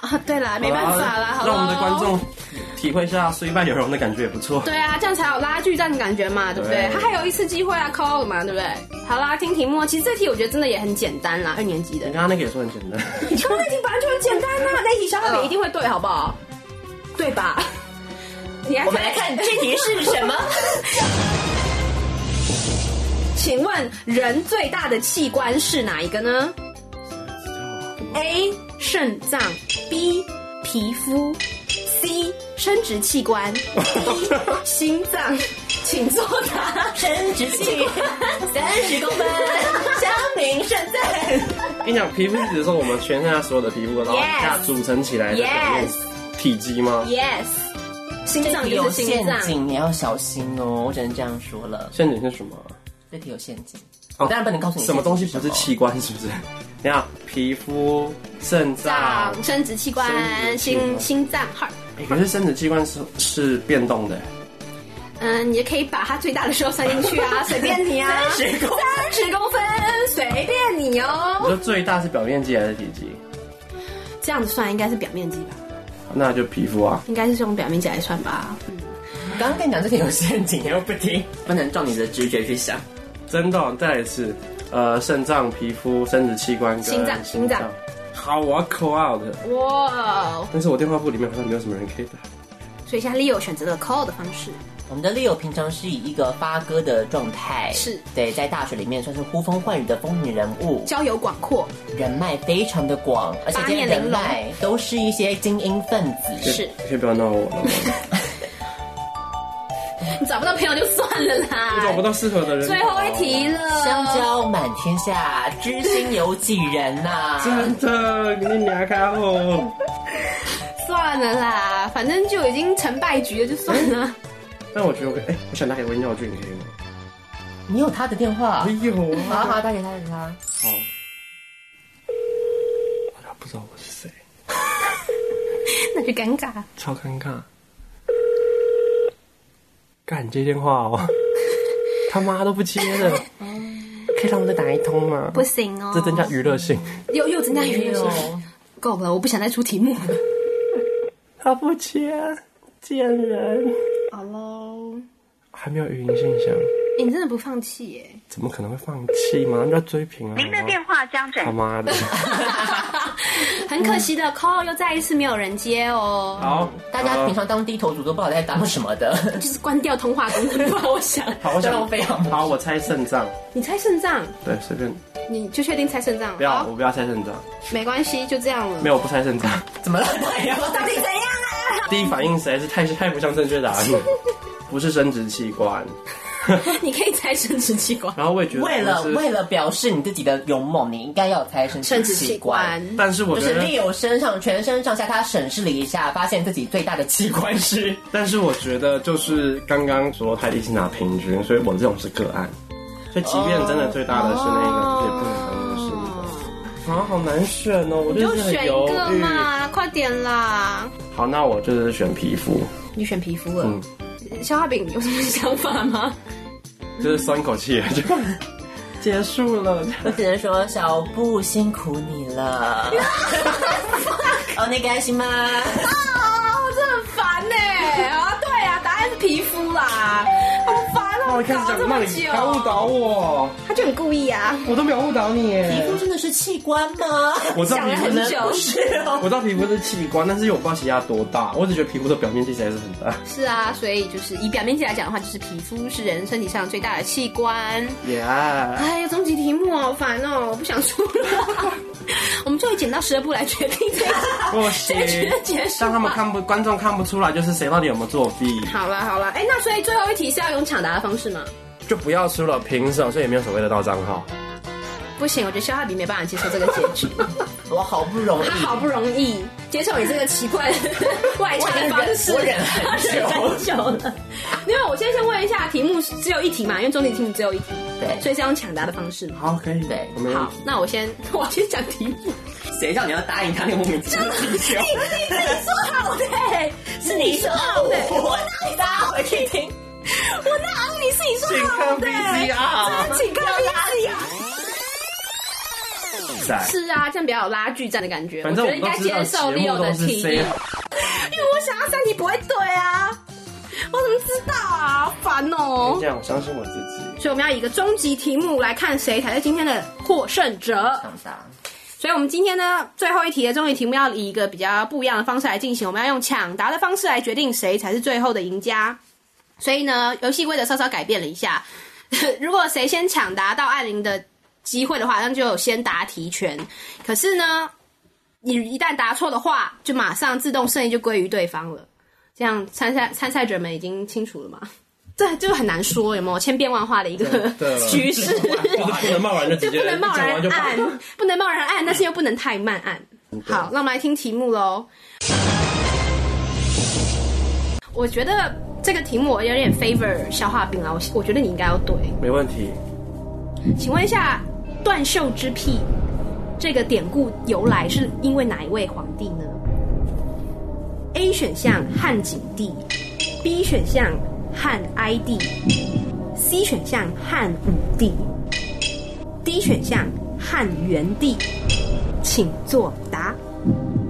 [SPEAKER 5] 啊，对啦， *laughs* 没办法啦，
[SPEAKER 8] 好啊
[SPEAKER 5] 好
[SPEAKER 8] 让我们的观众体会一下虽败犹荣的感觉也不错。
[SPEAKER 5] 对啊，这样才有拉锯战的感觉嘛，对不对
[SPEAKER 8] 对？
[SPEAKER 5] 他还有一次机会啊，call 嘛，对不对？好啦，听题目，哦其实这题我觉得真的也很简单啦，二年级的
[SPEAKER 8] 你。刚刚那个也说很简单，
[SPEAKER 5] 你刚那题本来就很简单呐、那题小美一定会对，好不好？对吧？你还
[SPEAKER 6] 我们来看这题是什 *laughs* 么？
[SPEAKER 5] 请问人最大的器官是哪一个呢？A. 肾脏，B. 皮肤，C. 生殖
[SPEAKER 6] *laughs*
[SPEAKER 5] 器官，D. 心脏。请作答。
[SPEAKER 6] 生殖器三十
[SPEAKER 5] *laughs*
[SPEAKER 6] 公分，香菱肾脏，
[SPEAKER 8] 跟你讲，皮肤只是说我们全身上所有的皮肤，然后
[SPEAKER 5] Yes
[SPEAKER 8] 一下组成起来的那种体积吗？
[SPEAKER 5] Yes，心脏
[SPEAKER 6] 有
[SPEAKER 5] 就是心
[SPEAKER 6] 陷
[SPEAKER 5] 脏。
[SPEAKER 6] 阱，你要小心哦，我只能这样说了，
[SPEAKER 8] 陷阱是什么？哦
[SPEAKER 6] 这题有陷阱，我当然不能告诉你
[SPEAKER 8] 什么东西不
[SPEAKER 6] 陷
[SPEAKER 8] 是
[SPEAKER 6] 阱
[SPEAKER 8] 器官？是不是？ *laughs* 你看，皮肤、肾脏
[SPEAKER 5] 脏、，生殖器官、
[SPEAKER 8] 生殖器
[SPEAKER 5] 心
[SPEAKER 8] 官
[SPEAKER 5] 心脏 heart，
[SPEAKER 8] 欸可是生殖器官是是变动的欸，
[SPEAKER 5] 嗯，你也可以把它最大的时候塞进去 *laughs* 啊，随便你啊，
[SPEAKER 6] 三十公分
[SPEAKER 5] 三十公分，随便你
[SPEAKER 8] 你
[SPEAKER 5] 哦。
[SPEAKER 8] 说最大是表面积还是体积？
[SPEAKER 5] 这样子算应该是表面积吧，
[SPEAKER 8] 那就皮肤啊。
[SPEAKER 5] 应该是用表面积来算吧。
[SPEAKER 6] 我刚刚跟你讲这题有陷阱，你又不听，不能照你的直觉去想。
[SPEAKER 8] 真的哦、再来一次，呃，肾脏、皮肤、生殖器官跟
[SPEAKER 5] 心脏心脏。
[SPEAKER 8] 好，我要 call out，
[SPEAKER 5] 哇，哦
[SPEAKER 8] 但是我电话簿里面好像没有什么人可以打。
[SPEAKER 5] 所以现在 Leo 选择了 call 的方式，
[SPEAKER 6] 我们的 Leo 平常是以一个发哥的状态，
[SPEAKER 5] 是
[SPEAKER 6] 对，在大学里面算是呼风唤雨的风云人物，
[SPEAKER 5] 交友广阔，
[SPEAKER 6] 人脉非常的广，而且这些人
[SPEAKER 5] 八面
[SPEAKER 6] 脉都是一些精英分子。
[SPEAKER 5] 是
[SPEAKER 8] 可以不要闹我
[SPEAKER 5] *laughs*
[SPEAKER 8] 了吗，
[SPEAKER 5] 你找不到朋友就算了
[SPEAKER 8] 我找不
[SPEAKER 5] 啦。
[SPEAKER 8] 到适合的人。
[SPEAKER 5] 哎最后一题了，
[SPEAKER 6] 香蕉满天下，知心有几人呐、
[SPEAKER 8] 真的，你俩开后。
[SPEAKER 5] 算了啦，反正就已经成败局了，就算了。
[SPEAKER 8] 但我觉得我，哎、我想打给温耀俊，可以吗？
[SPEAKER 6] 你有他的电话
[SPEAKER 8] 哎？呦
[SPEAKER 6] 好
[SPEAKER 8] 啊！
[SPEAKER 6] 好，打给他，打给他。
[SPEAKER 8] 好，他不知道我是谁，
[SPEAKER 5] *laughs* 那就尴尬。
[SPEAKER 8] 超尴尬。干，你接电话哦！ *laughs* 他妈都不接的，可以让我再打一通吗？
[SPEAKER 5] 不行哦，
[SPEAKER 8] 这增加娱乐性。
[SPEAKER 5] 又又增加娱乐性，够了，我不想再出题目了。
[SPEAKER 8] 他不接，贱人！
[SPEAKER 5] 好喽，
[SPEAKER 8] 还没有语音信箱，
[SPEAKER 5] 欸你真的不放弃耶？
[SPEAKER 8] *laughs* 怎么可能会放弃嘛？那就要追平啊！
[SPEAKER 11] 您的电话将转
[SPEAKER 8] 他妈的！
[SPEAKER 5] 很可惜的，call 又再一次没有人接哦，
[SPEAKER 8] 好，
[SPEAKER 6] 大家平常当低头族都不知道在当什么的，
[SPEAKER 5] 就是关掉通话功能吧。我想，
[SPEAKER 8] 好，
[SPEAKER 6] 就
[SPEAKER 8] 我想
[SPEAKER 6] 浪费好吗？
[SPEAKER 8] 好，我猜肾脏，
[SPEAKER 5] 你猜肾脏，
[SPEAKER 8] 对，随便，
[SPEAKER 5] 你就确定猜肾脏？
[SPEAKER 8] 不要，
[SPEAKER 5] 好
[SPEAKER 8] 我不要猜肾脏，
[SPEAKER 5] 没关系，就这样了。
[SPEAKER 8] 没有，我不猜
[SPEAKER 5] *laughs*
[SPEAKER 8] 肾脏。
[SPEAKER 6] *laughs* 怎么了？哎呀
[SPEAKER 5] 到底怎样啊？
[SPEAKER 8] 第一反应实在是太太不像正确
[SPEAKER 5] *laughs*
[SPEAKER 8] 答案了，不是生殖器官。
[SPEAKER 5] 你可以猜生殖器官、
[SPEAKER 8] 然后我也觉得
[SPEAKER 6] 为了
[SPEAKER 8] 是
[SPEAKER 6] 为了表示你自己的勇猛，你应该要猜生
[SPEAKER 5] 生
[SPEAKER 6] 殖
[SPEAKER 5] 殖
[SPEAKER 6] 器
[SPEAKER 5] 器
[SPEAKER 6] 官
[SPEAKER 5] 官。。
[SPEAKER 8] 但是我
[SPEAKER 6] 就
[SPEAKER 8] 觉
[SPEAKER 6] 是
[SPEAKER 8] 得，
[SPEAKER 6] Leo 身上全身上下，他审视了一下，发现自己最大的器官
[SPEAKER 5] *laughs*
[SPEAKER 6] 是
[SPEAKER 8] 但是我觉得就是刚刚说他一直拿平均，所以我这种是个案。所以即便真的最大的是那
[SPEAKER 5] 哦
[SPEAKER 8] 个，也不能是那个。啊，好难选哦，我
[SPEAKER 5] 你就是哦选
[SPEAKER 8] 很
[SPEAKER 5] 一
[SPEAKER 8] 犹
[SPEAKER 5] 个
[SPEAKER 8] 豫。
[SPEAKER 5] 嘛，快点啦！
[SPEAKER 8] 好，那我就是选皮肤，
[SPEAKER 5] 你选皮肤了
[SPEAKER 8] 嗯。
[SPEAKER 5] 消化饼有什么想法吗？嗯
[SPEAKER 8] 就是松一口气就 *laughs* 结束了。
[SPEAKER 6] 我只能 *laughs* 说，小布辛苦你了。 *laughs* 哦，你开心吗？
[SPEAKER 5] 啊，我真的很烦 *laughs* 呢、啊，对啊，答案是皮肤啦，好烦
[SPEAKER 8] 那
[SPEAKER 5] 哦、
[SPEAKER 8] 我
[SPEAKER 5] 我
[SPEAKER 8] 一开始
[SPEAKER 5] 搞了
[SPEAKER 8] 讲
[SPEAKER 5] 这
[SPEAKER 8] 那
[SPEAKER 5] 么
[SPEAKER 8] 你还误
[SPEAKER 5] 久，
[SPEAKER 8] 导我，
[SPEAKER 5] 他就很故意啊，
[SPEAKER 8] 我都没有误导你
[SPEAKER 6] 皮
[SPEAKER 8] 耶。
[SPEAKER 6] 肤真的是器官吗？
[SPEAKER 8] 我知道
[SPEAKER 5] 讲
[SPEAKER 8] 皮
[SPEAKER 5] 了
[SPEAKER 8] 肤
[SPEAKER 5] 很
[SPEAKER 8] 是
[SPEAKER 5] 久。
[SPEAKER 8] 我知道皮肤是器官，但是因为我不知道其他多大，我只觉得皮肤的表面积实在是很大。
[SPEAKER 5] *laughs* 是啊，所以就是以表面积来讲的话，就是皮肤是人身体上最大的器官。 *laughs*
[SPEAKER 8] 耶、yeah.！
[SPEAKER 5] 哎呀，终极题目好烦哦，我不想出了。我们终于捡到到十二步来决定这
[SPEAKER 8] 不
[SPEAKER 5] 个 *laughs*
[SPEAKER 8] 行
[SPEAKER 5] 这一局的结，束
[SPEAKER 8] 让他们
[SPEAKER 5] 吧
[SPEAKER 8] 看不观众看不出来，就是谁到底有没有作弊，
[SPEAKER 5] 好了好了，哎、那所以最后一题是要用抢答的方式吗？
[SPEAKER 8] 就不要输了评审，所以也没有所谓的到账号。
[SPEAKER 5] 不行，我觉得肖哈比没办法接受这个结局，
[SPEAKER 6] 我好不容易，
[SPEAKER 5] 他好不容易接受你这个奇怪的外
[SPEAKER 6] 我
[SPEAKER 5] 插
[SPEAKER 6] 忍
[SPEAKER 5] 的方式，
[SPEAKER 6] 我忍很久
[SPEAKER 5] 忍很久了。因为我先先问一下，题目是只有一题嘛？因为终极题目只有一题，
[SPEAKER 6] 对
[SPEAKER 5] 所以是要用抢答的方式嘛？
[SPEAKER 8] 好，可以，
[SPEAKER 6] 对
[SPEAKER 8] 我没问
[SPEAKER 5] 好
[SPEAKER 8] 题。，
[SPEAKER 5] 那我先嗯 *laughs* 我先讲题目，
[SPEAKER 6] 谁叫你要答应他那个莫名其妙的需求？
[SPEAKER 5] 你说好的、是你说好的，
[SPEAKER 6] 我大家回去听，
[SPEAKER 5] 我那昂你是你说好的、真的请看 VCR。
[SPEAKER 8] 在，
[SPEAKER 5] 是啊，这样比较有拉锯战的感觉。
[SPEAKER 8] 反正
[SPEAKER 5] 我
[SPEAKER 8] 我
[SPEAKER 5] 觉得
[SPEAKER 8] 们
[SPEAKER 5] 应该
[SPEAKER 8] 都知
[SPEAKER 5] 接
[SPEAKER 8] 道
[SPEAKER 5] 受
[SPEAKER 8] 节
[SPEAKER 5] 利
[SPEAKER 8] 目
[SPEAKER 5] 友的
[SPEAKER 8] 都是
[SPEAKER 5] 提议，因
[SPEAKER 8] C
[SPEAKER 5] 为我想要三题不会对啊，我怎么知道啊？好烦哦、
[SPEAKER 8] 哎这样我相信我自己。
[SPEAKER 5] 所以我们要以一个终极题目来看谁才是今天的获胜者。
[SPEAKER 6] 想啥？
[SPEAKER 5] 所以我们今天呢，最后一题的终极题目要以一个比较不一样的方式来进行，我们要用抢答的方式来决定谁才是最后的赢家。所以呢，游戏规则稍稍改变了一下， *laughs* 如果谁先抢答到艾琳的机会的话，那就有先答题权。可是呢，你一旦答错的话，就马上自动胜利就归于对方了。这样参赛参赛者们已经清楚了吗？ *laughs* 这就很难说，有没有千变万化的一个
[SPEAKER 8] 对
[SPEAKER 5] 局势？
[SPEAKER 8] 不能贸然就
[SPEAKER 5] *laughs* 就不
[SPEAKER 8] 直接
[SPEAKER 5] 能贸
[SPEAKER 8] 讲
[SPEAKER 5] 然
[SPEAKER 8] 完就
[SPEAKER 5] 按，不能贸然按，但是又不能太慢按。好，那我们来听题目喽。我觉得这个题目我有点 favor 消化饼啦，啊我我觉得你应该要对。
[SPEAKER 8] 没问题。
[SPEAKER 5] 请问一下，断袖之癖这个典故由来是因为哪一位皇帝呢？A 选项汉景帝，B 选项汉哀帝，C 选项汉武帝，D 选项汉元帝，请作答。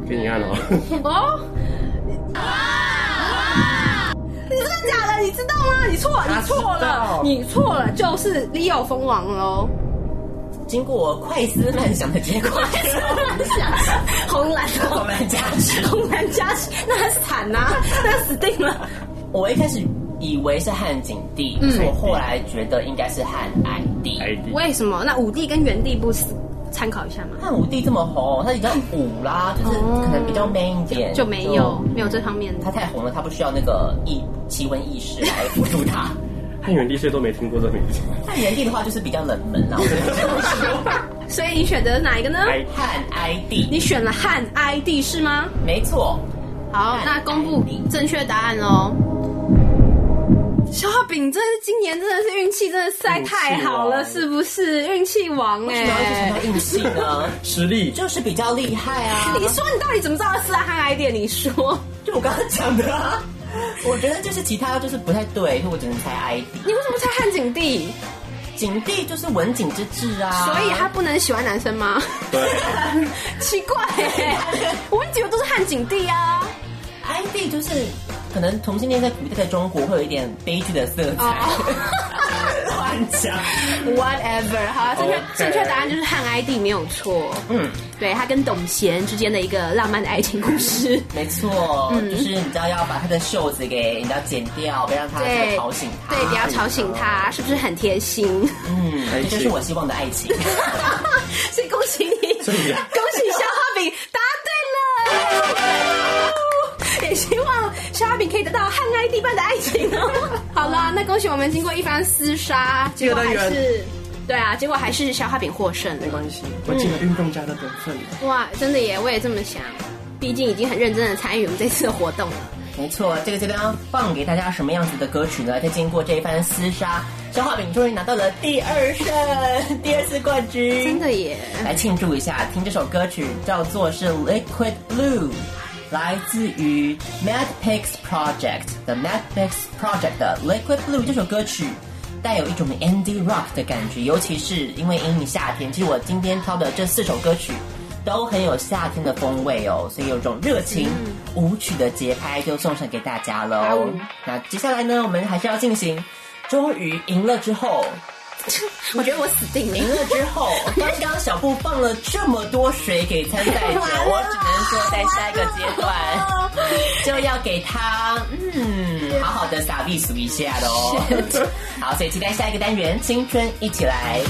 [SPEAKER 8] 给你
[SPEAKER 5] *laughs*
[SPEAKER 8] 按了，
[SPEAKER 5] 哦。你啊真的假的？你知道吗？你错，你错了，你错了，就是 Leo 蜂王哦喽。
[SPEAKER 6] *laughs* 经过我快思慢想的 *laughs* 结果，
[SPEAKER 5] *laughs* 红蓝的
[SPEAKER 6] 我们家是
[SPEAKER 5] 红蓝加持，那惨呐、那死定 *laughs* 了。
[SPEAKER 6] 我一开始以为是汉景帝，可是我后来觉得应该是汉哀帝。
[SPEAKER 5] 为什么？那五帝跟元帝不是参考一下吗？
[SPEAKER 6] 汉武帝这么红，他比较武啦，就是可能比较 man 一点，
[SPEAKER 5] 哦就没有没有这方面 *laughs*
[SPEAKER 6] 他
[SPEAKER 5] 的。
[SPEAKER 6] 太红了，他不需要那个意奇闻异事来辅助他。
[SPEAKER 5] *laughs*
[SPEAKER 8] 汉元帝谁都没听过这名字。
[SPEAKER 6] 汉元帝的话就是比较冷门啦，我觉得
[SPEAKER 5] *laughs* 所以你选择哪一个呢？
[SPEAKER 8] 哎
[SPEAKER 6] 汉哀帝，
[SPEAKER 5] 你选了汉哀帝是吗？
[SPEAKER 6] 没错，
[SPEAKER 5] 好，
[SPEAKER 6] 汉
[SPEAKER 5] 那公布正确答案哦喽。小饼真的是今年真的是运气真的实在太好了， *laughs*
[SPEAKER 8] 运气王
[SPEAKER 5] 是不是运气王哎、
[SPEAKER 6] 然后就是他运气呢，
[SPEAKER 8] 实力
[SPEAKER 6] 就是比较厉害啊。
[SPEAKER 5] *laughs* 你说你到底怎么知道是汉哀帝？你说。
[SPEAKER 6] 就我刚刚讲的啊，我觉得就是其他就是不太对，所以我只能猜哀帝。
[SPEAKER 5] *laughs* 你为什么猜汉景帝？
[SPEAKER 6] 景帝就是文景之治啊，
[SPEAKER 5] 所以他不能喜欢男生吗？
[SPEAKER 8] 对，
[SPEAKER 5] *laughs* 奇怪、欸，我一直以为都是汉景帝啊。
[SPEAKER 6] 哀帝就是可能同性恋在古代的中国会有一点悲剧的色彩。
[SPEAKER 5] 哦
[SPEAKER 6] 乱讲，
[SPEAKER 5] Whatever，好，正确
[SPEAKER 8] OK
[SPEAKER 5] 正确答案就是汉哀帝没有错。
[SPEAKER 6] 嗯，
[SPEAKER 5] 对他跟董贤之间的一个浪漫的爱情故事。
[SPEAKER 6] 没错，就是你知道要把他的袖子给你知道剪掉，不要让他这个
[SPEAKER 5] 对，
[SPEAKER 6] 吵醒他。
[SPEAKER 5] 对，不要吵醒他，是不是很贴心？
[SPEAKER 6] 嗯，这就是我希望的爱情。
[SPEAKER 5] *laughs* 所以恭喜你，恭喜肖画饼答对了。也希望肖画饼可以得到汉哀帝般的爱情
[SPEAKER 8] *laughs*
[SPEAKER 5] 哦。好啦，那恭喜我们经过一番厮杀，结果还是。对啊，结果还是肖画饼获胜了。
[SPEAKER 8] 没关系，我尽了运动家的本分。
[SPEAKER 5] 哇，真的耶，我也这么想。毕竟已经很认真的参与我们这次的活动了。
[SPEAKER 6] 没错，这个阶段要放给大家什么样子的歌曲呢？在经过这一番厮杀，肖化饼终于拿到了第二胜，第二次冠军，
[SPEAKER 5] 真的耶，
[SPEAKER 6] 来庆祝一下，听这首歌曲叫做是《Liquid Blue》，来自于 Mad Pigs Project 的 Mad Pigs Project 的《Liquid Blue》这首歌曲。带有一种 Andy Rock 的感觉，尤其是因为阴雨夏天。其实我今天挑的这四首歌曲都很有夏天的风味哦，所以有一种热情舞曲的节拍就送上给大家喽。那接下来呢，我们还是要进行，终于赢了之后，
[SPEAKER 5] 我觉得我死定
[SPEAKER 6] 赢
[SPEAKER 5] 了。
[SPEAKER 6] 了之后，刚刚小布放了这么多水给参赛者，我只能说在下一个阶段就要给他嗯好好的撒避暑一下喽。好，所以期待下一个单元《青春一起来》。